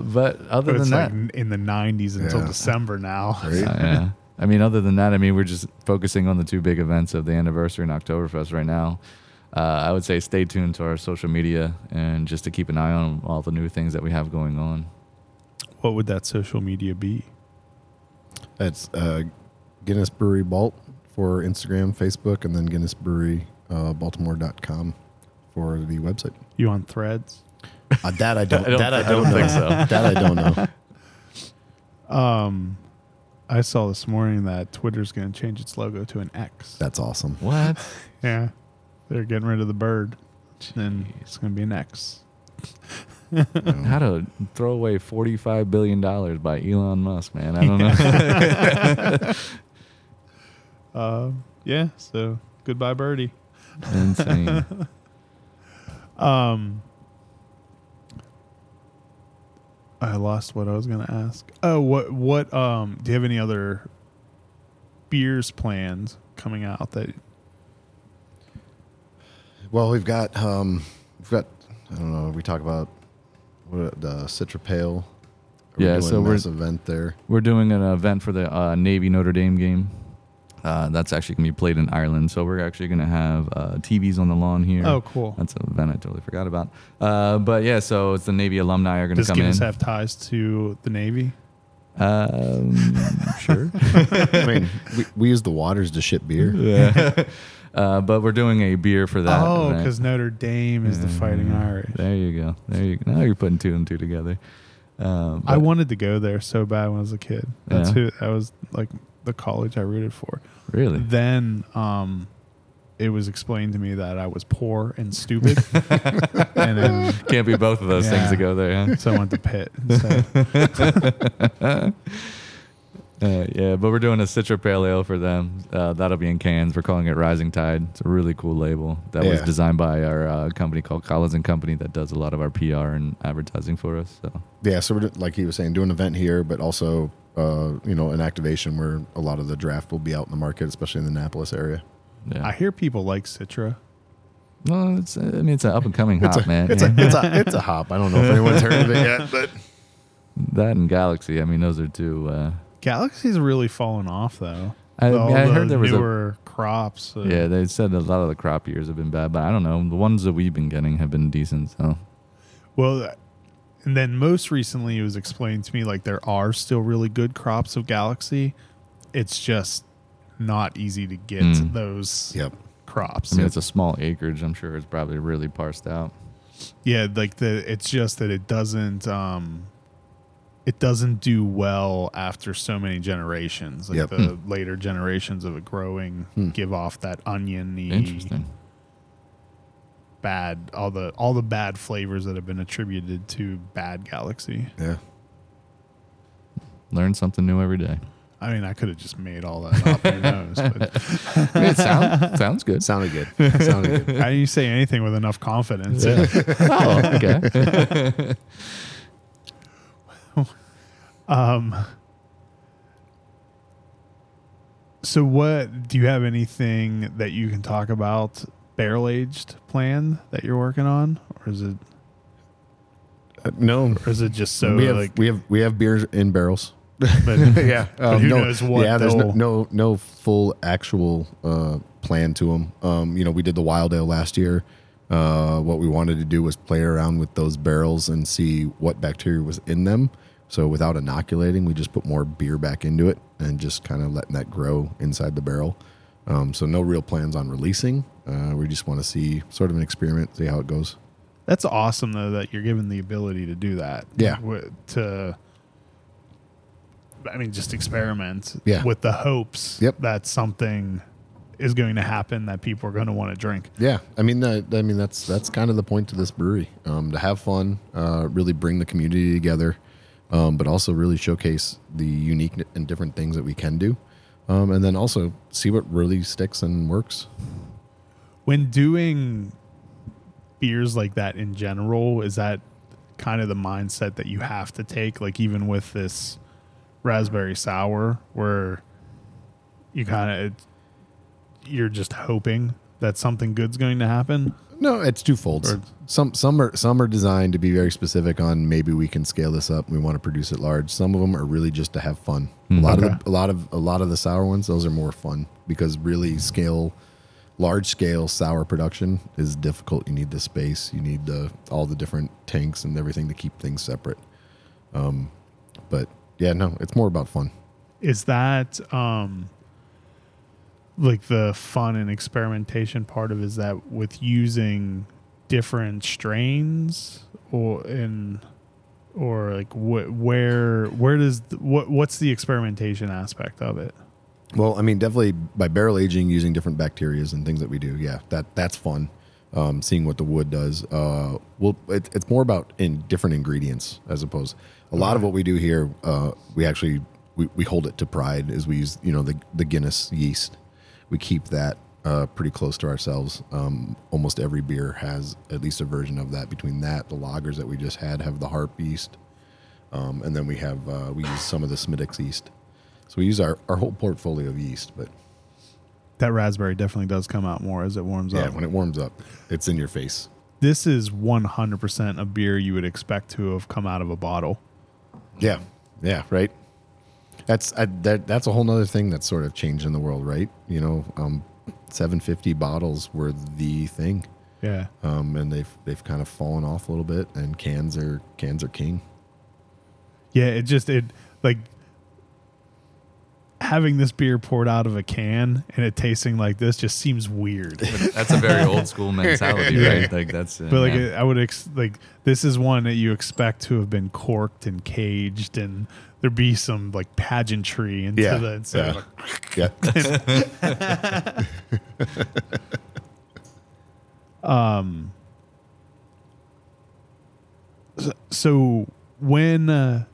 Speaker 2: but other
Speaker 1: But
Speaker 2: than
Speaker 1: it's
Speaker 2: that,
Speaker 1: like n- in the 90s until
Speaker 3: Yeah.
Speaker 1: December
Speaker 2: [laughs]
Speaker 1: now.
Speaker 3: Right?
Speaker 2: Uh, yeah. I mean, other than that, I mean, we're just focusing on the two big events of the anniversary and Oktoberfest right now. Uh, I would say stay tuned to our social media and just to keep an eye on all the new things that we have going on.
Speaker 1: [laughs] What would that social media be?
Speaker 3: That's uh, Guinness Brewery Balt for Instagram, Facebook, and then Guinness Brewery uh, Baltimore.com for the website.
Speaker 1: You on threads?
Speaker 3: Uh, that I
Speaker 2: [laughs]
Speaker 3: don't.
Speaker 2: I don't-
Speaker 3: that I
Speaker 2: I
Speaker 3: don't,
Speaker 2: don't think
Speaker 3: know.
Speaker 2: so.
Speaker 3: That I don't know. [laughs]
Speaker 1: Um, I saw this morning that Twitter's going to change its logo to an X.
Speaker 3: That's awesome.
Speaker 2: [laughs] What?
Speaker 1: Yeah. They're getting rid of the bird. And it's going to be an X.
Speaker 2: How to throw away $45 billion by Elon Musk, man. I [laughs] don't know.
Speaker 1: Um, yeah. So goodbye, birdie.
Speaker 2: Insane.
Speaker 1: Um, I lost what I was going to ask. Oh, what what um do you have any other beers plans coming out that
Speaker 3: Well, we've got um, we've got I don't know. We talk about what uh, the Citra Pale.
Speaker 2: Yeah,
Speaker 3: doing
Speaker 2: so
Speaker 3: a
Speaker 2: we're- [laughs]
Speaker 3: mass event there.
Speaker 2: We're doing an event for the uh, Navy Notre Dame game. Uh, that's actually going to be played in Ireland. So we're actually going to have uh, TVs on the lawn here.
Speaker 1: Oh, cool.
Speaker 2: That's an event I totally forgot about. Uh, but yeah, so it's the Navy alumni are going to
Speaker 1: Does
Speaker 2: come in.
Speaker 1: Guinness have ties to the Navy? [laughs]
Speaker 2: um, [laughs] sure.
Speaker 3: I mean, we, we use the waters to ship
Speaker 2: [laughs]
Speaker 3: beer.
Speaker 2: Uh, but we're doing a beer for that.
Speaker 1: oh,
Speaker 2: event.
Speaker 1: because Notre Dame is the Fighting Irish.
Speaker 2: There you go. There you go. Now you're putting two and two together. Um,
Speaker 1: I
Speaker 2: but-
Speaker 1: wanted to go there so bad when I was a kid. That's
Speaker 2: Yeah.
Speaker 1: who that was like the college I rooted for.
Speaker 2: really.
Speaker 1: Then um, it was explained to me that I was poor and
Speaker 2: [laughs]
Speaker 1: stupid, and then
Speaker 2: Can't be both of those
Speaker 1: [laughs]
Speaker 2: things
Speaker 1: Yeah.
Speaker 2: to go there. Huh?
Speaker 1: so I went to Pitt. instead.
Speaker 2: Uh, yeah, but we're doing a Citra Pale Ale for them. Uh, that'll be in cans. We're calling it Rising Tide. It's a really cool label that was
Speaker 3: Yeah.
Speaker 2: designed by our uh, company called Collins and Company that does a lot of our PR and advertising for us. So
Speaker 3: Yeah, so we're do- like he was saying, do an event here, but also uh, you know an activation where a lot of the draft will be out in the market, especially in the Annapolis area.
Speaker 2: yeah,
Speaker 1: I hear people like Citra.
Speaker 2: well, it's uh, I mean it's an up and coming hop, man.
Speaker 3: It's
Speaker 2: Yeah.
Speaker 3: a it's a it's a hop. I don't know if anyone's heard of it yet, but
Speaker 2: that and Galaxy. I mean those are two. Uh,
Speaker 1: Galaxy's really fallen off though.
Speaker 2: I-
Speaker 1: All
Speaker 2: I
Speaker 1: the
Speaker 2: heard there was a-
Speaker 1: newer crops.
Speaker 3: Mm.
Speaker 1: uh,
Speaker 2: yeah, they said a lot of the crop years have been bad, but I don't know. The ones that we've been getting have been decent. So
Speaker 1: Well, th- and then most recently, it was explained to me like there are still really good crops of Galaxy. It's just not easy to get
Speaker 2: Mm.
Speaker 1: those
Speaker 3: [laughs] yep.
Speaker 1: crops.
Speaker 2: I mean it's a small acreage. I'm sure it's probably really parsed out.
Speaker 1: yeah, like the it's just that it doesn't um it doesn't do well after so many generations. Like
Speaker 3: Yep.
Speaker 1: the
Speaker 2: Hmm.
Speaker 1: later generations of it growing give off that oniony
Speaker 2: Interesting.
Speaker 1: bad all the all the bad flavors that have been attributed to bad Galaxy.
Speaker 3: Yeah.
Speaker 2: Learn something new every day.
Speaker 1: I mean, I could have just made all that up. Who knows? But
Speaker 2: I mean, it sound, sounds good.
Speaker 3: Sounded good. Sounded
Speaker 2: [laughs]
Speaker 3: good.
Speaker 1: I didn't say anything with enough confidence.
Speaker 2: oh, okay.
Speaker 1: Um, [laughs] so, what do you have anything that you can talk about barrel aged plan that you're working on, or is it
Speaker 3: Uh, no,
Speaker 1: or is it just so
Speaker 3: we have
Speaker 1: like?
Speaker 3: we have we have beers in barrels.
Speaker 1: but, [laughs]
Speaker 3: yeah.
Speaker 1: but who knows what?
Speaker 3: Yeah, there's Um, no,
Speaker 1: they'll-
Speaker 3: no no full actual uh, plan to them. Um, you know, we did the wild ale last year. Uh, what we wanted to do was play around with those barrels and see what bacteria was in them. So without inoculating, we just put more beer back into it and just kind of letting that grow inside the barrel. Um, so no real plans on releasing. Uh, we just want to see sort of an experiment, see how it goes.
Speaker 1: That's awesome though that you're given the ability to do that.
Speaker 3: Yeah.
Speaker 1: Wi- To, I mean, just experiment.
Speaker 3: Yeah.
Speaker 1: With the hopes
Speaker 3: Yep.
Speaker 1: that something is going to happen that people are going to want to drink.
Speaker 3: Yeah, I mean, uh, I mean that's that's kind of the point to this brewery um, to have fun, uh, really bring the community together, um, but also really showcase the unique and different things that we can do, um, and then also see what really sticks and works.
Speaker 1: when doing beers like that in general is that kind of the mindset that you have to take like even with this raspberry sour where you kind of you're just hoping that something good's going to happen
Speaker 3: No, it's twofold.
Speaker 1: Or-
Speaker 3: some some are some are designed to be very specific on maybe we can scale this up. We want to produce it large. Some of them are really just to have fun. a lot
Speaker 1: Hmm. Okay.
Speaker 3: of the, a lot of a lot of the sour ones, those are more fun because really scale, large scale sour production is difficult. You need the space. You need the all the different tanks and everything to keep things separate. Um, but yeah, no, it's more about fun.
Speaker 1: is that um like the fun and experimentation part of it, is that with using different strains or in or like wh- where where does th- what what's the experimentation aspect of it
Speaker 3: Well, I mean, definitely by barrel aging, using different bacterias and things that we do. Yeah, that that's fun. Um, seeing what the wood does. Uh, well, it, it's more about in different ingredients as opposed. A lot of what we do here, uh, we actually we, we hold it to pride as we use you know the the Guinness yeast. We keep that uh, pretty close to ourselves. Um, almost every beer has at least a version of that. Between that, the lagers that we just had have the harp yeast, um, and then we have uh, we use some of the Smittix yeast. So we use our, our whole portfolio of yeast, but uh,
Speaker 1: that raspberry definitely does come out more as it warms
Speaker 3: yeah,
Speaker 1: up
Speaker 3: when it warms up, it's in your face.
Speaker 1: this is 100% a beer you would expect to have come out of a bottle
Speaker 3: Yeah, yeah, right. That's I, that, that's a whole nother thing that's sort of changed in the world, right? You know, um, 750 bottles were the thing,
Speaker 1: Yeah.
Speaker 3: um, and they've they've kind of fallen off a little bit. And cans are cans are king.
Speaker 1: Yeah, it just it like having this beer poured out of a can and it tasting like this just seems
Speaker 3: [laughs]
Speaker 1: weird.
Speaker 2: That's a very old school mentality, right? Like that's.
Speaker 1: But like
Speaker 2: yeah.
Speaker 1: I would ex- like this is one that you expect to have been corked and caged and there be some like pageantry into [laughs]
Speaker 3: Yeah,
Speaker 1: the instead of
Speaker 3: yeah.
Speaker 1: like,
Speaker 3: Yeah,
Speaker 1: so when uh,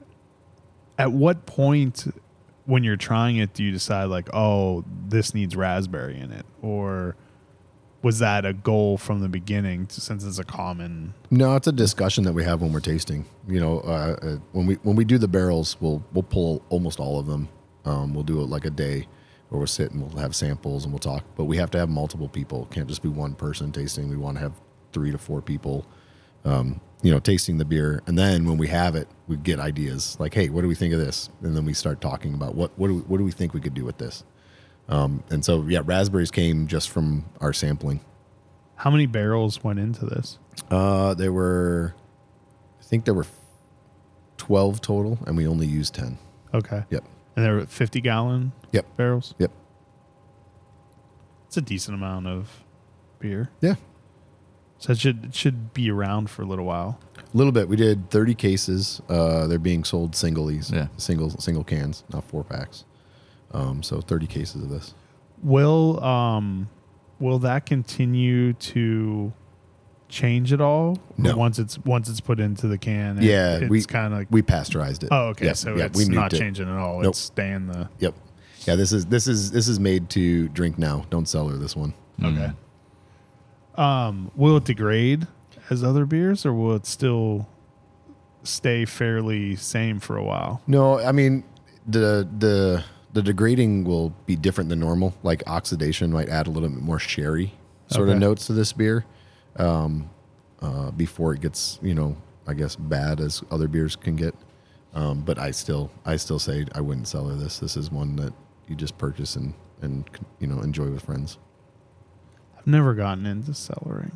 Speaker 1: at what point when you're trying it do you decide like oh this needs raspberry in it or was that a goal from the beginning since it's a common
Speaker 3: No, it's a discussion that we have when we're tasting. You know, uh, uh, when we when we do the barrels, we'll we'll pull almost all of them. Um, we'll do it like a day, or we'll sit and we'll have samples and we'll talk. But we have to have multiple people. It can't just be one person tasting. We want to have three to four people, um, you know, tasting the beer. And then when we have it, we get ideas like, hey, what do we think of this? And then we start talking about what what do we, what do we think we could do with this. Um, and so yeah, raspberries came just from our sampling.
Speaker 1: how many barrels went into this
Speaker 3: Uh, there were, I think there were twelve total, and we only used ten.
Speaker 1: okay
Speaker 3: Yep.
Speaker 1: and there were 50 gallon
Speaker 3: Yep.
Speaker 1: barrels
Speaker 3: Yep.
Speaker 1: it's a decent amount of beer
Speaker 3: Yeah.
Speaker 1: so it should it should be around for a little while
Speaker 3: A little bit. We did thirty cases. Uh, they're being sold singlies.
Speaker 2: Yeah.
Speaker 3: Single single cans, not four packs. Um, so thirty cases of this.
Speaker 1: will um will that continue to change at all Or
Speaker 3: No.
Speaker 1: once it's once it's put into the can it-
Speaker 3: Yeah,
Speaker 1: it's
Speaker 3: we-
Speaker 1: kind of like
Speaker 3: We pasteurized it.
Speaker 1: oh okay
Speaker 3: Yep,
Speaker 1: so
Speaker 3: yep,
Speaker 1: it's
Speaker 3: nuked
Speaker 1: not
Speaker 3: it.
Speaker 1: changing at all
Speaker 3: Nope.
Speaker 1: it's staying the
Speaker 3: Yep. Yeah. This is this is this is made to drink now. Don't sell her this one.
Speaker 1: okay um will it degrade as other beers or will it still stay fairly same for a while
Speaker 3: No, I mean the the the degrading will be different than normal. Like oxidation might add a little bit more sherry sort
Speaker 1: Okay.
Speaker 3: of notes to this beer, um, uh, before it gets you know I guess bad as other beers can get. Um, but I still I still say I wouldn't sell her this. This is one that you just purchase and and you know enjoy with friends.
Speaker 1: i've never gotten into cellaring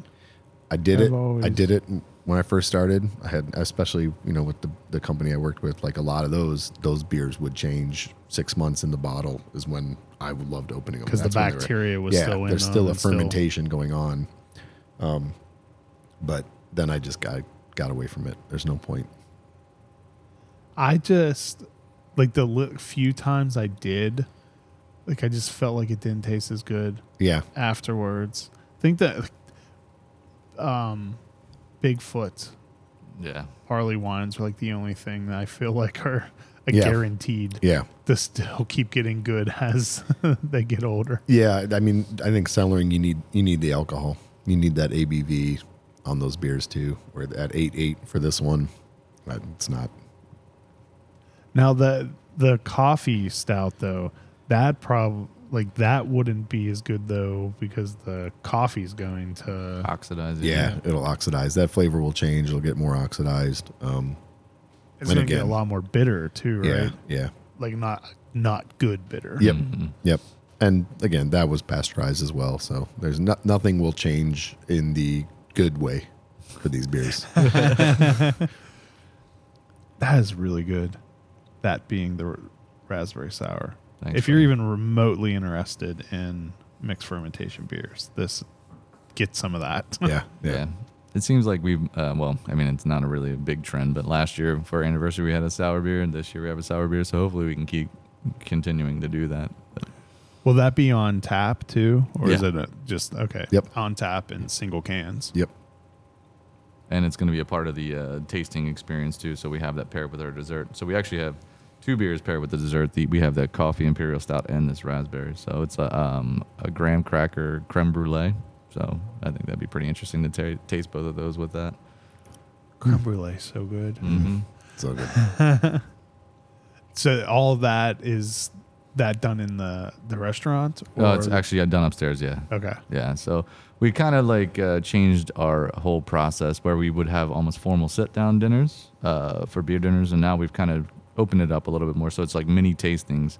Speaker 3: I did
Speaker 1: I've
Speaker 3: it. I
Speaker 1: always-
Speaker 3: did it when I first started. I had, especially you know, with the, the company I worked with, like a lot of those those beers would change six months in the bottle is when I would loved opening them
Speaker 1: because the
Speaker 3: That's when they were-
Speaker 1: bacteria was
Speaker 3: yeah,
Speaker 1: still in
Speaker 3: there's
Speaker 1: them
Speaker 3: still a
Speaker 1: and
Speaker 3: fermentation going on. Um, but then I just got got away from it. There's no point.
Speaker 1: I just like the li- few times I did, like I just felt like it didn't taste as good
Speaker 3: Yeah,
Speaker 1: afterwards. I think that um Bigfoot
Speaker 2: Yeah.
Speaker 1: Harley wines are like the only thing that I feel [laughs] like are like
Speaker 3: Yeah.
Speaker 1: guaranteed
Speaker 3: yeah,
Speaker 1: to still keep getting good [laughs] as they get older.
Speaker 3: yeah. I mean, I think cellaring you need you need the alcohol. You need that ABV on those beers too. Or at eight eight for this one, but it's not.
Speaker 1: Now the the coffee stout though, that prob like that wouldn't be as good though because the coffee's going to
Speaker 3: Ah,
Speaker 2: Oxidizing.
Speaker 3: Yeah, it'll oxidize. That flavor will change. It'll get more oxidized. Um,
Speaker 1: It's
Speaker 3: And
Speaker 1: gonna get a
Speaker 3: again-
Speaker 1: lot more bitter too, right?
Speaker 3: yeah, yeah.
Speaker 1: Like not not good bitter.
Speaker 3: Yep,
Speaker 2: Mm-hmm.
Speaker 3: yep. And again, that was pasteurized as well. So there's no, nothing will change in the good way for these [laughs] beers.
Speaker 1: That is really good. That being the r- raspberry sour.
Speaker 2: Thanks,
Speaker 1: if you're
Speaker 2: buddy.
Speaker 1: even remotely interested in mixed fermentation beers, this get some of [laughs] that.
Speaker 3: yeah,
Speaker 2: Yeah.
Speaker 3: yeah,
Speaker 2: It seems like we've, uh, well, I mean, it's not a really a big trend, but last year for our anniversary, we had a sour beer, and this year we have a sour beer. So hopefully we can keep continuing to do that. But
Speaker 1: Will that be on tap too, or is
Speaker 2: Yeah.
Speaker 1: it a, just okay?
Speaker 3: Yep.
Speaker 1: On tap in single cans.
Speaker 3: yep.
Speaker 2: and it's going to be a part of the uh, tasting experience too. So we have that paired with our dessert. So we actually have two beers paired with the dessert. The, we have the coffee imperial stout and this raspberry. So it's a um, a graham cracker creme brulee. So I think that'd be pretty interesting to ta taste both of those with that.
Speaker 1: Creme brulee, so good.
Speaker 2: Mm-hmm.
Speaker 3: So good.
Speaker 1: So all that is that done in the the restaurant?
Speaker 2: Oh, it's
Speaker 1: or-
Speaker 2: actually done upstairs. Yeah.
Speaker 1: okay.
Speaker 2: Yeah, so we kind of like uh, changed our whole process where we would have almost formal sit down dinners uh, for beer dinners, and now we've kind of opened it up a little bit more. So it's like mini tastings.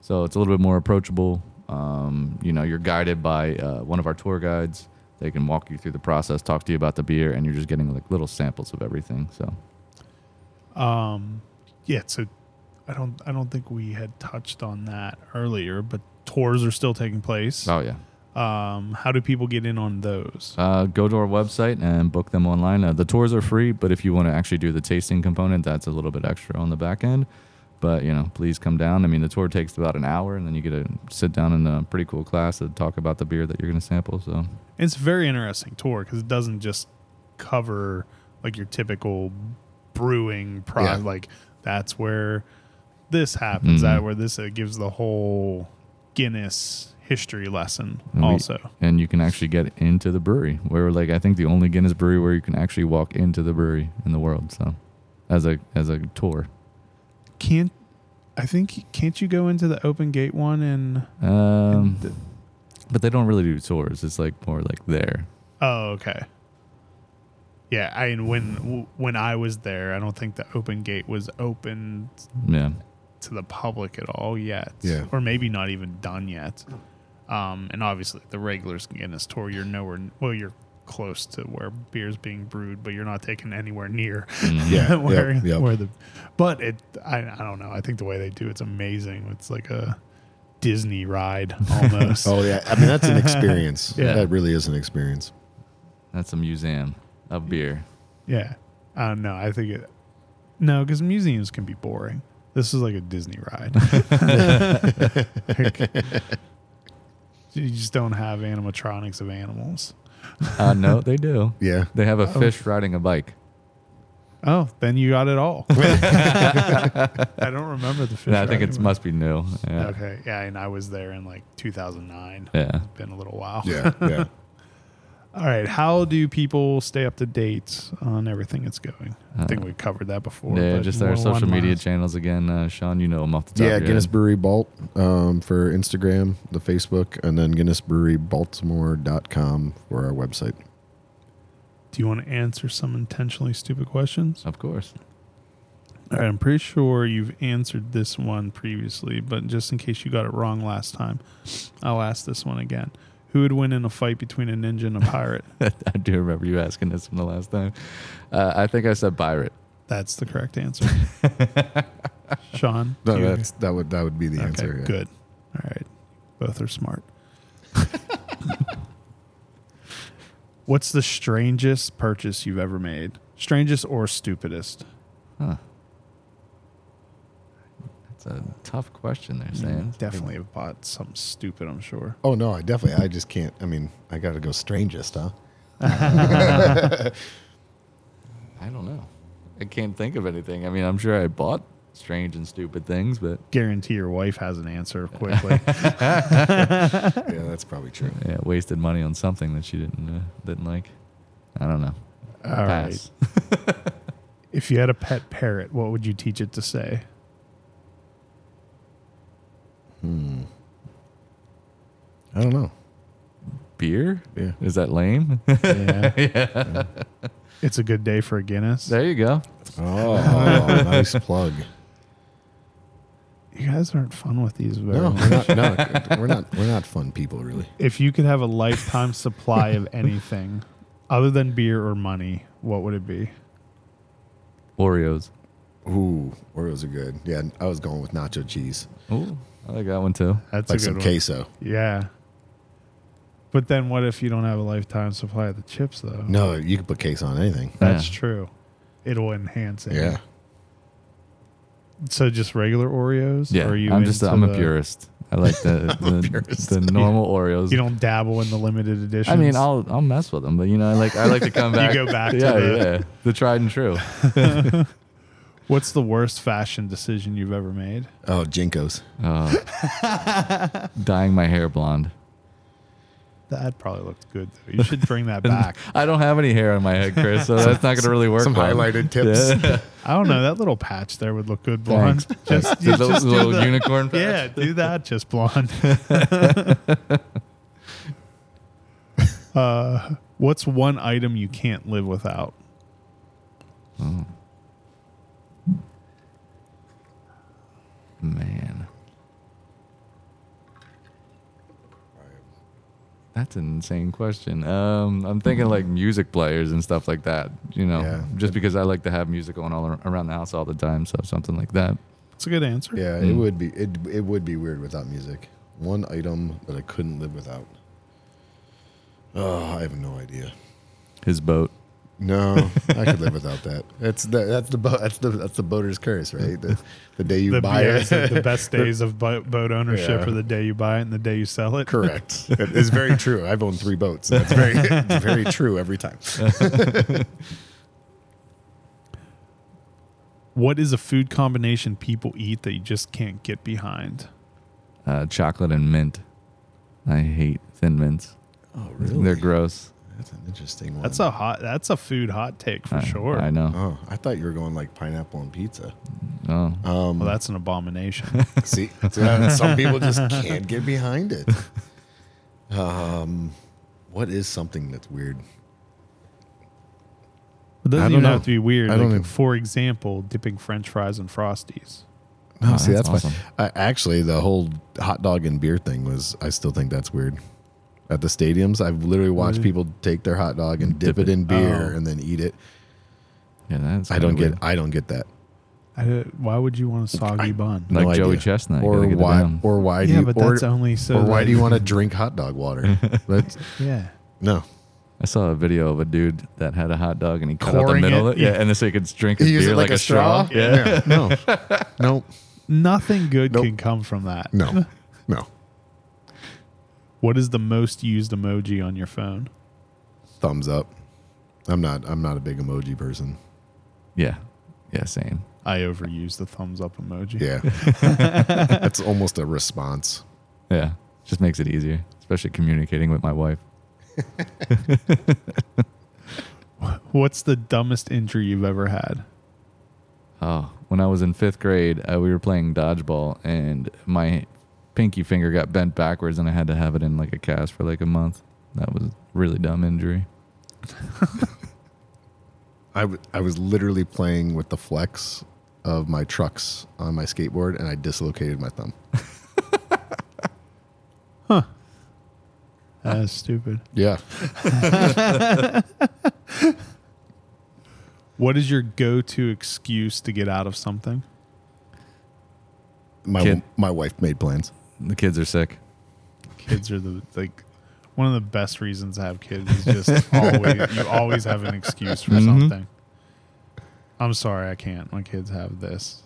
Speaker 2: So it's a little bit more approachable. Um, you know, you're guided by uh, one of our tour guides. They can walk you through the process, talk to you about the beer, and you're just getting like little samples of everything. So
Speaker 1: Um, yeah, so I don't I don't think we had touched on that earlier, but tours are still taking place.
Speaker 2: oh yeah.
Speaker 1: Um, how do people get in on those?
Speaker 2: Uh, go to our website and book them online. Uh, the tours are free, but if you want to actually do the tasting component, that's a little bit extra on the back end. But you know, please come down. I mean, the tour takes about an hour, and then you get to sit down in a pretty cool class and talk about the beer that you're going to sample. So
Speaker 1: It's a very interesting tour because it doesn't just cover like your typical brewing product.
Speaker 3: Yeah.
Speaker 1: Like that's where this happens.
Speaker 2: Mhm.
Speaker 1: That where this it gives the whole Guinness history lesson.
Speaker 2: And we-
Speaker 1: also,
Speaker 2: and you can actually get into the brewery where like i think the only guinness brewery where you can actually walk into the brewery in the world so as a as a tour
Speaker 1: can't I think can't you go into the open gate one and?
Speaker 2: um
Speaker 1: and-
Speaker 2: but they don't really do tours it's like more like there
Speaker 1: Oh, okay. Yeah, I mean when w- when I was there, I don't think the open gate was open
Speaker 2: yeah
Speaker 1: to the public at all yet.
Speaker 3: Yeah.
Speaker 1: Or maybe not even done yet. Um, and obviously the regulars in this tour, you're nowhere well, you're close to where beer's being brewed, but you're not taken anywhere near [laughs]
Speaker 2: Mm-hmm.
Speaker 3: Yeah,
Speaker 1: where
Speaker 3: yep, yep.
Speaker 1: where the but it I I don't know. I think the way they do it's amazing. It's like a Disney
Speaker 3: [laughs]
Speaker 1: ride almost.
Speaker 3: Oh yeah, I mean that's an [laughs] experience.
Speaker 1: Yeah.
Speaker 3: That really is an experience.
Speaker 2: that's a museum of beer
Speaker 1: Yeah. Uh, no, I think it. No, because museums can be boring. This is like a Disney ride. [laughs] Like, you just don't have animatronics of animals. [laughs]
Speaker 2: uh no they do
Speaker 3: Yeah.
Speaker 2: they have a fish riding a bike
Speaker 1: Oh, then you got it
Speaker 2: [laughs]
Speaker 1: all. I don't remember the fish.
Speaker 2: i think
Speaker 1: ride.
Speaker 2: it's must be new yeah
Speaker 1: Okay. Yeah. And I was there in like 2009.
Speaker 2: yeah
Speaker 1: Been a little while.
Speaker 3: Yeah. Yeah.
Speaker 1: [laughs] All right. How do people stay up to date on everything that's going? I think we covered that before.
Speaker 2: Uh, yeah,
Speaker 1: but
Speaker 2: just our
Speaker 1: one-
Speaker 2: social
Speaker 1: one
Speaker 2: media
Speaker 1: last-
Speaker 2: channels again. Uh, Sean, you know them off the top.
Speaker 3: [laughs] yeah,
Speaker 2: of your
Speaker 3: Guinness
Speaker 2: head.
Speaker 3: Brewery Balt um, for Instagram, the Facebook, and then Guinness Brewery Baltimore.com for our website.
Speaker 1: Do you want to answer some intentionally stupid questions?
Speaker 2: Of course. [laughs]
Speaker 1: All right, I'm pretty sure you've answered this one previously, but just in case you got it wrong last time, I'll ask this one again. Who would win in a fight between a ninja and a
Speaker 3: [laughs]
Speaker 1: pirate?
Speaker 2: I do remember you asking this from the last time. Uh, I think I said pirate.
Speaker 1: That's the correct
Speaker 3: [laughs]
Speaker 1: answer. Sean?
Speaker 3: No,
Speaker 1: you-
Speaker 3: that's that would that would be the
Speaker 1: okay,
Speaker 3: answer. yeah.
Speaker 1: good. All right. Both are
Speaker 3: [laughs]
Speaker 1: smart. What's the strangest purchase you've ever made? Strangest or stupidest?
Speaker 2: Huh. That's a tough question
Speaker 1: Hmm.
Speaker 2: there, Sam.
Speaker 1: Mm, Definitely have bought something stupid, I'm sure.
Speaker 3: Oh no, I definitely I just can't. I mean, I got to go strangest, huh?
Speaker 2: I don't know. I can't think of anything. I mean, I'm sure I bought strange and stupid things, but
Speaker 1: Guarantee your wife has an
Speaker 2: [laughs]
Speaker 1: answer quickly.
Speaker 3: [laughs] yeah, that's probably true.
Speaker 2: yeah, wasted money on something that she didn't uh, didn't like. I don't know.
Speaker 1: All right. If you had a pet parrot, what would you teach it to
Speaker 2: [laughs]
Speaker 1: say?
Speaker 3: Hmm. I don't know.
Speaker 2: [laughs] Beer?
Speaker 3: Yeah.
Speaker 2: Is that lame? [laughs]
Speaker 1: Yeah. It's a good day for a Guinness.
Speaker 2: there you go.
Speaker 3: Oh, [laughs] nice plug.
Speaker 1: you guys aren't fun with these. Very
Speaker 3: No,
Speaker 1: much.
Speaker 3: we're not, no, we're not. We're not fun people, really.
Speaker 1: If you could have a lifetime supply
Speaker 2: [laughs]
Speaker 1: of anything other than beer or money, what would it be?
Speaker 2: Oreos.
Speaker 3: Ooh, Oreos are good. Yeah, I was going with nacho cheese,
Speaker 2: Ooh, I like that one too.
Speaker 1: That's
Speaker 3: like
Speaker 1: a
Speaker 3: some
Speaker 1: good
Speaker 3: queso.
Speaker 1: one. Yeah. But then what if you don't have a lifetime supply of the chips, though?
Speaker 3: No, you could put queso on anything.
Speaker 1: That's
Speaker 2: Yeah.
Speaker 1: true. It'll enhance it.
Speaker 3: Yeah.
Speaker 1: So just regular Oreos?
Speaker 2: Yeah,
Speaker 1: Or are you
Speaker 2: I'm just a,
Speaker 1: into
Speaker 2: I'm a
Speaker 1: the-
Speaker 2: purist. I like
Speaker 1: [laughs]
Speaker 2: the the,
Speaker 3: purist.
Speaker 2: the normal Oreos.
Speaker 1: You don't dabble in the limited edition.
Speaker 2: I mean, I'll I'll mess with them, but you know, I like I like
Speaker 1: [laughs]
Speaker 2: to come back.
Speaker 1: go back to
Speaker 2: yeah,
Speaker 1: the-
Speaker 2: yeah, the tried
Speaker 1: [laughs]
Speaker 2: and true.
Speaker 1: What's the worst fashion decision you've ever made?
Speaker 3: Oh, Jinkos.
Speaker 2: Uh, dyeing my hair blonde.
Speaker 1: That probably looked good. Though. You should bring
Speaker 3: [laughs]
Speaker 1: that back.
Speaker 2: I don't have any hair on my head,
Speaker 1: [laughs]
Speaker 2: Chris, so that's not going to really work.
Speaker 3: Some
Speaker 2: well. [laughs]
Speaker 3: highlighted tips.
Speaker 2: Yeah.
Speaker 1: I don't know. That little patch there would look good blonde.
Speaker 2: Thanks.
Speaker 1: Just,
Speaker 2: The
Speaker 1: you
Speaker 2: little,
Speaker 1: just do
Speaker 2: little
Speaker 1: the-
Speaker 2: unicorn. patch.
Speaker 1: [laughs] Yeah, do that. Just
Speaker 3: [laughs]
Speaker 1: blonde. [laughs] uh, what's one item you can't live without?
Speaker 2: Man. That's an insane question. Um, I'm thinking like music players and stuff like that, you know,
Speaker 3: Yeah.
Speaker 2: just because I like to have music going all ar- around the house all the time. So something like that.
Speaker 1: It's a good answer.
Speaker 3: Yeah, it
Speaker 2: Mm.
Speaker 3: would be it it would be weird without music. One item that I couldn't live without. Oh, I have no idea.
Speaker 2: His boat.
Speaker 3: No, I could live without that. That's the that's the boat that's the that's the boater's curse, right? The, the day you
Speaker 1: The,
Speaker 3: buy
Speaker 1: yeah, [laughs]
Speaker 3: it,
Speaker 1: it's like the
Speaker 3: [laughs]
Speaker 1: best days of bo- boat ownership
Speaker 3: Yeah.
Speaker 1: are the day you buy it and the day you sell it.
Speaker 3: Correct. It's very true. I've owned three boats. That's very it's very true every time.
Speaker 1: What is a food combination people eat that you just can't get behind?
Speaker 2: uh, chocolate and mint. I hate thin mints.
Speaker 3: Oh,
Speaker 2: They're gross.
Speaker 3: That's an interesting one.
Speaker 1: That's a hot. That's a food hot take for
Speaker 2: I,
Speaker 1: sure.
Speaker 2: I know.
Speaker 3: Oh, I thought you were going like pineapple and pizza.
Speaker 2: Oh,
Speaker 3: Um,
Speaker 1: Well, that's an [laughs] abomination.
Speaker 3: See, some people just can't get
Speaker 1: [laughs]
Speaker 3: behind it. Um, what is something that's weird?
Speaker 1: It
Speaker 3: I
Speaker 1: doesn't
Speaker 3: don't
Speaker 1: even
Speaker 3: know.
Speaker 1: have to be weird.
Speaker 3: I don't
Speaker 1: Like,
Speaker 3: even-
Speaker 1: for example, dipping French fries in frosties.
Speaker 3: No,
Speaker 2: Oh,
Speaker 3: see,
Speaker 2: that's
Speaker 3: that's,
Speaker 2: awesome.
Speaker 3: my, I, actually the whole hot dog and beer thing was. I still think that's weird. At the stadiums, I've literally watched
Speaker 1: Really?
Speaker 3: people take their hot dog and dip,
Speaker 2: Dip
Speaker 3: it in beer
Speaker 1: Oh.
Speaker 3: and then eat it.
Speaker 2: yeah, that's.
Speaker 3: I don't
Speaker 2: kinda
Speaker 3: get.
Speaker 2: weird.
Speaker 3: I don't get that.
Speaker 1: I, why would you want a soggy bun?
Speaker 3: No
Speaker 2: like Joey
Speaker 3: idea.
Speaker 2: Chestnut. you
Speaker 3: or
Speaker 2: gotta get it
Speaker 3: why?
Speaker 2: down.
Speaker 3: Or why? do
Speaker 1: yeah,
Speaker 3: you,
Speaker 1: but
Speaker 3: or,
Speaker 1: that's only so.
Speaker 3: or why
Speaker 1: that-
Speaker 3: do you want to drink hot dog
Speaker 2: [laughs]
Speaker 3: water? That's,
Speaker 1: Yeah.
Speaker 3: no,
Speaker 2: I saw a video of a dude that had a hot dog and he cut out the
Speaker 1: Coring
Speaker 2: middle
Speaker 1: it,
Speaker 2: of it. Yeah,
Speaker 1: yeah.
Speaker 2: and then so he could drink his beer like, a straw. Yeah.
Speaker 3: no,
Speaker 2: [laughs]
Speaker 3: no,
Speaker 1: Nothing good
Speaker 3: Nope.
Speaker 1: can come from that.
Speaker 3: no, no.
Speaker 1: What is the most used emoji on your phone?
Speaker 3: Thumbs up. I'm not. I'm not a big emoji person.
Speaker 2: yeah, yeah, same.
Speaker 1: I overuse the thumbs up emoji.
Speaker 3: Yeah,
Speaker 2: [laughs]
Speaker 3: that's almost a response.
Speaker 2: Yeah, just makes it easier, especially communicating with my wife.
Speaker 1: What's the dumbest injury you've ever [laughs] had?
Speaker 2: Oh, when I was in fifth grade, uh, we were playing dodgeball, and my pinky finger got bent backwards, and I had to have it in like a cast for like a month. That was a really dumb injury.
Speaker 3: I, w- I was literally playing with the flex of my trucks on my skateboard and I dislocated my thumb.
Speaker 1: That's stupid.
Speaker 3: Yeah.
Speaker 1: What is your go to excuse to get out of something?
Speaker 3: My,
Speaker 2: Kid.
Speaker 3: my wife made plans.
Speaker 2: The kids are sick.
Speaker 1: Kids are the like one of the best reasons to have kids is
Speaker 3: [laughs]
Speaker 1: just always you always have an excuse for
Speaker 2: Mhm.
Speaker 3: Mm-hmm.
Speaker 1: something. I'm sorry, I can't. My kids have this.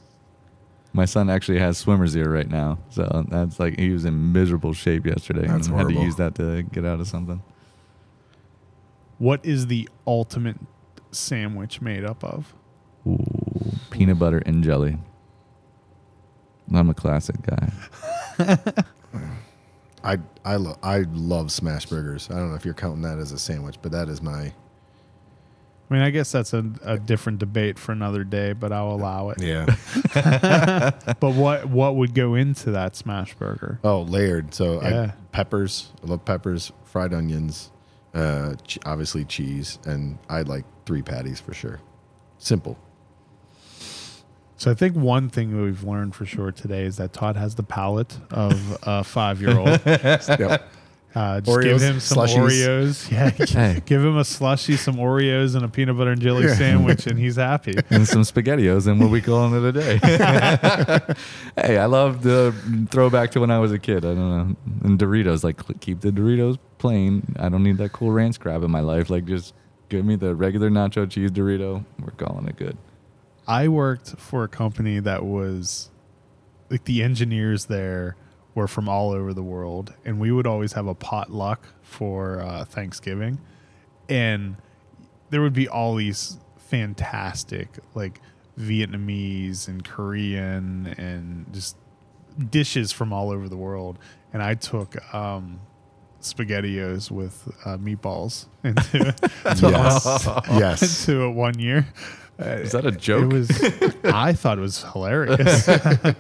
Speaker 2: My son actually has swimmer's ear right now, so that's like he was in miserable shape yesterday.
Speaker 3: That's
Speaker 2: and Had
Speaker 3: horrible.
Speaker 2: to use that to get out of something.
Speaker 1: What is the ultimate sandwich made up of?
Speaker 2: Ooh, peanut butter and jelly. I'm a classic guy.
Speaker 3: I, I, lo- I love smash burgers. I don't know if you're counting that as a sandwich, but that is my.
Speaker 1: I mean, I guess that's a, a different debate for another day, but I'll allow it.
Speaker 3: Yeah.
Speaker 1: But what what would go into that smash burger?
Speaker 3: [laughs] oh, layered. So
Speaker 1: Yeah.
Speaker 3: I, peppers. I love peppers, fried onions, uh, ch- obviously cheese, and I like three patties for sure. Simple.
Speaker 1: So I think one thing that we've learned for sure today is that Todd has the palate of a five year old.
Speaker 3: Yep.
Speaker 1: Uh, just
Speaker 3: Oreos,
Speaker 1: give him some
Speaker 3: slushies.
Speaker 1: Oreos. [laughs] Yeah,
Speaker 2: Hey.
Speaker 1: give him a slushie, some Oreos, and a peanut butter and jelly
Speaker 3: Yeah.
Speaker 1: sandwich, and he's happy.
Speaker 2: and some spaghettios and what we call it a day. [laughs] hey, I love the throwback to when I was a kid. I don't know. And Doritos, like cl- keep the Doritos plain. I don't need that cool ranch crab in my life. Like just give me the regular nacho cheese Dorito. We're calling it good.
Speaker 1: I worked for a company that was like the engineers there were from all over the world, and we would always have a potluck for uh, Thanksgiving, and there would be all these fantastic like Vietnamese and Korean and just dishes from all over the world, and I took. Um, Spaghettios with uh, meatballs [laughs] into, to
Speaker 3: Yes.
Speaker 1: us [laughs]
Speaker 3: yes.
Speaker 1: to it one year.
Speaker 2: Is that a joke?
Speaker 1: It was. I thought it was hilarious. uh,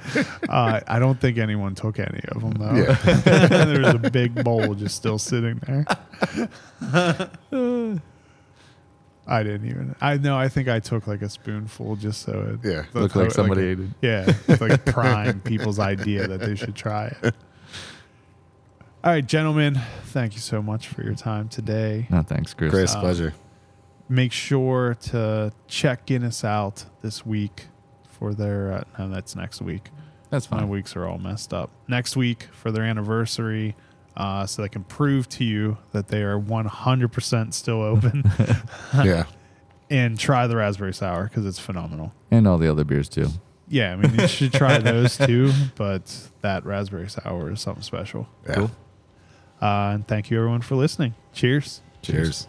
Speaker 1: I don't think anyone took any of them though. [laughs] there was a big bowl just still sitting there. I didn't even. I know. I think I took like a spoonful just so it
Speaker 3: Yeah,
Speaker 1: that's
Speaker 2: Looked
Speaker 1: how
Speaker 2: like
Speaker 1: it-
Speaker 2: somebody ate it.
Speaker 1: Yeah, it's like prime people's idea that they should try it. All right, gentlemen, thank you so much for your time today.
Speaker 2: No, thanks, Chris.
Speaker 3: Chris,
Speaker 1: Um,
Speaker 3: pleasure.
Speaker 1: Make sure to check Guinness out this week for their. Uh, no, that's next week.
Speaker 2: That's
Speaker 1: My
Speaker 2: fine.
Speaker 1: weeks are all messed up. Next week for their anniversary, uh, so they can prove to you that they are 100% still open
Speaker 3: yeah,
Speaker 1: and try the raspberry sour because it's phenomenal.
Speaker 2: and all the other beers too.
Speaker 1: Yeah, I mean, you should try those too, but that raspberry sour is something special.
Speaker 3: yeah.
Speaker 2: Cool.
Speaker 1: Uh, and thank you, everyone, for listening. Cheers.
Speaker 3: Cheers.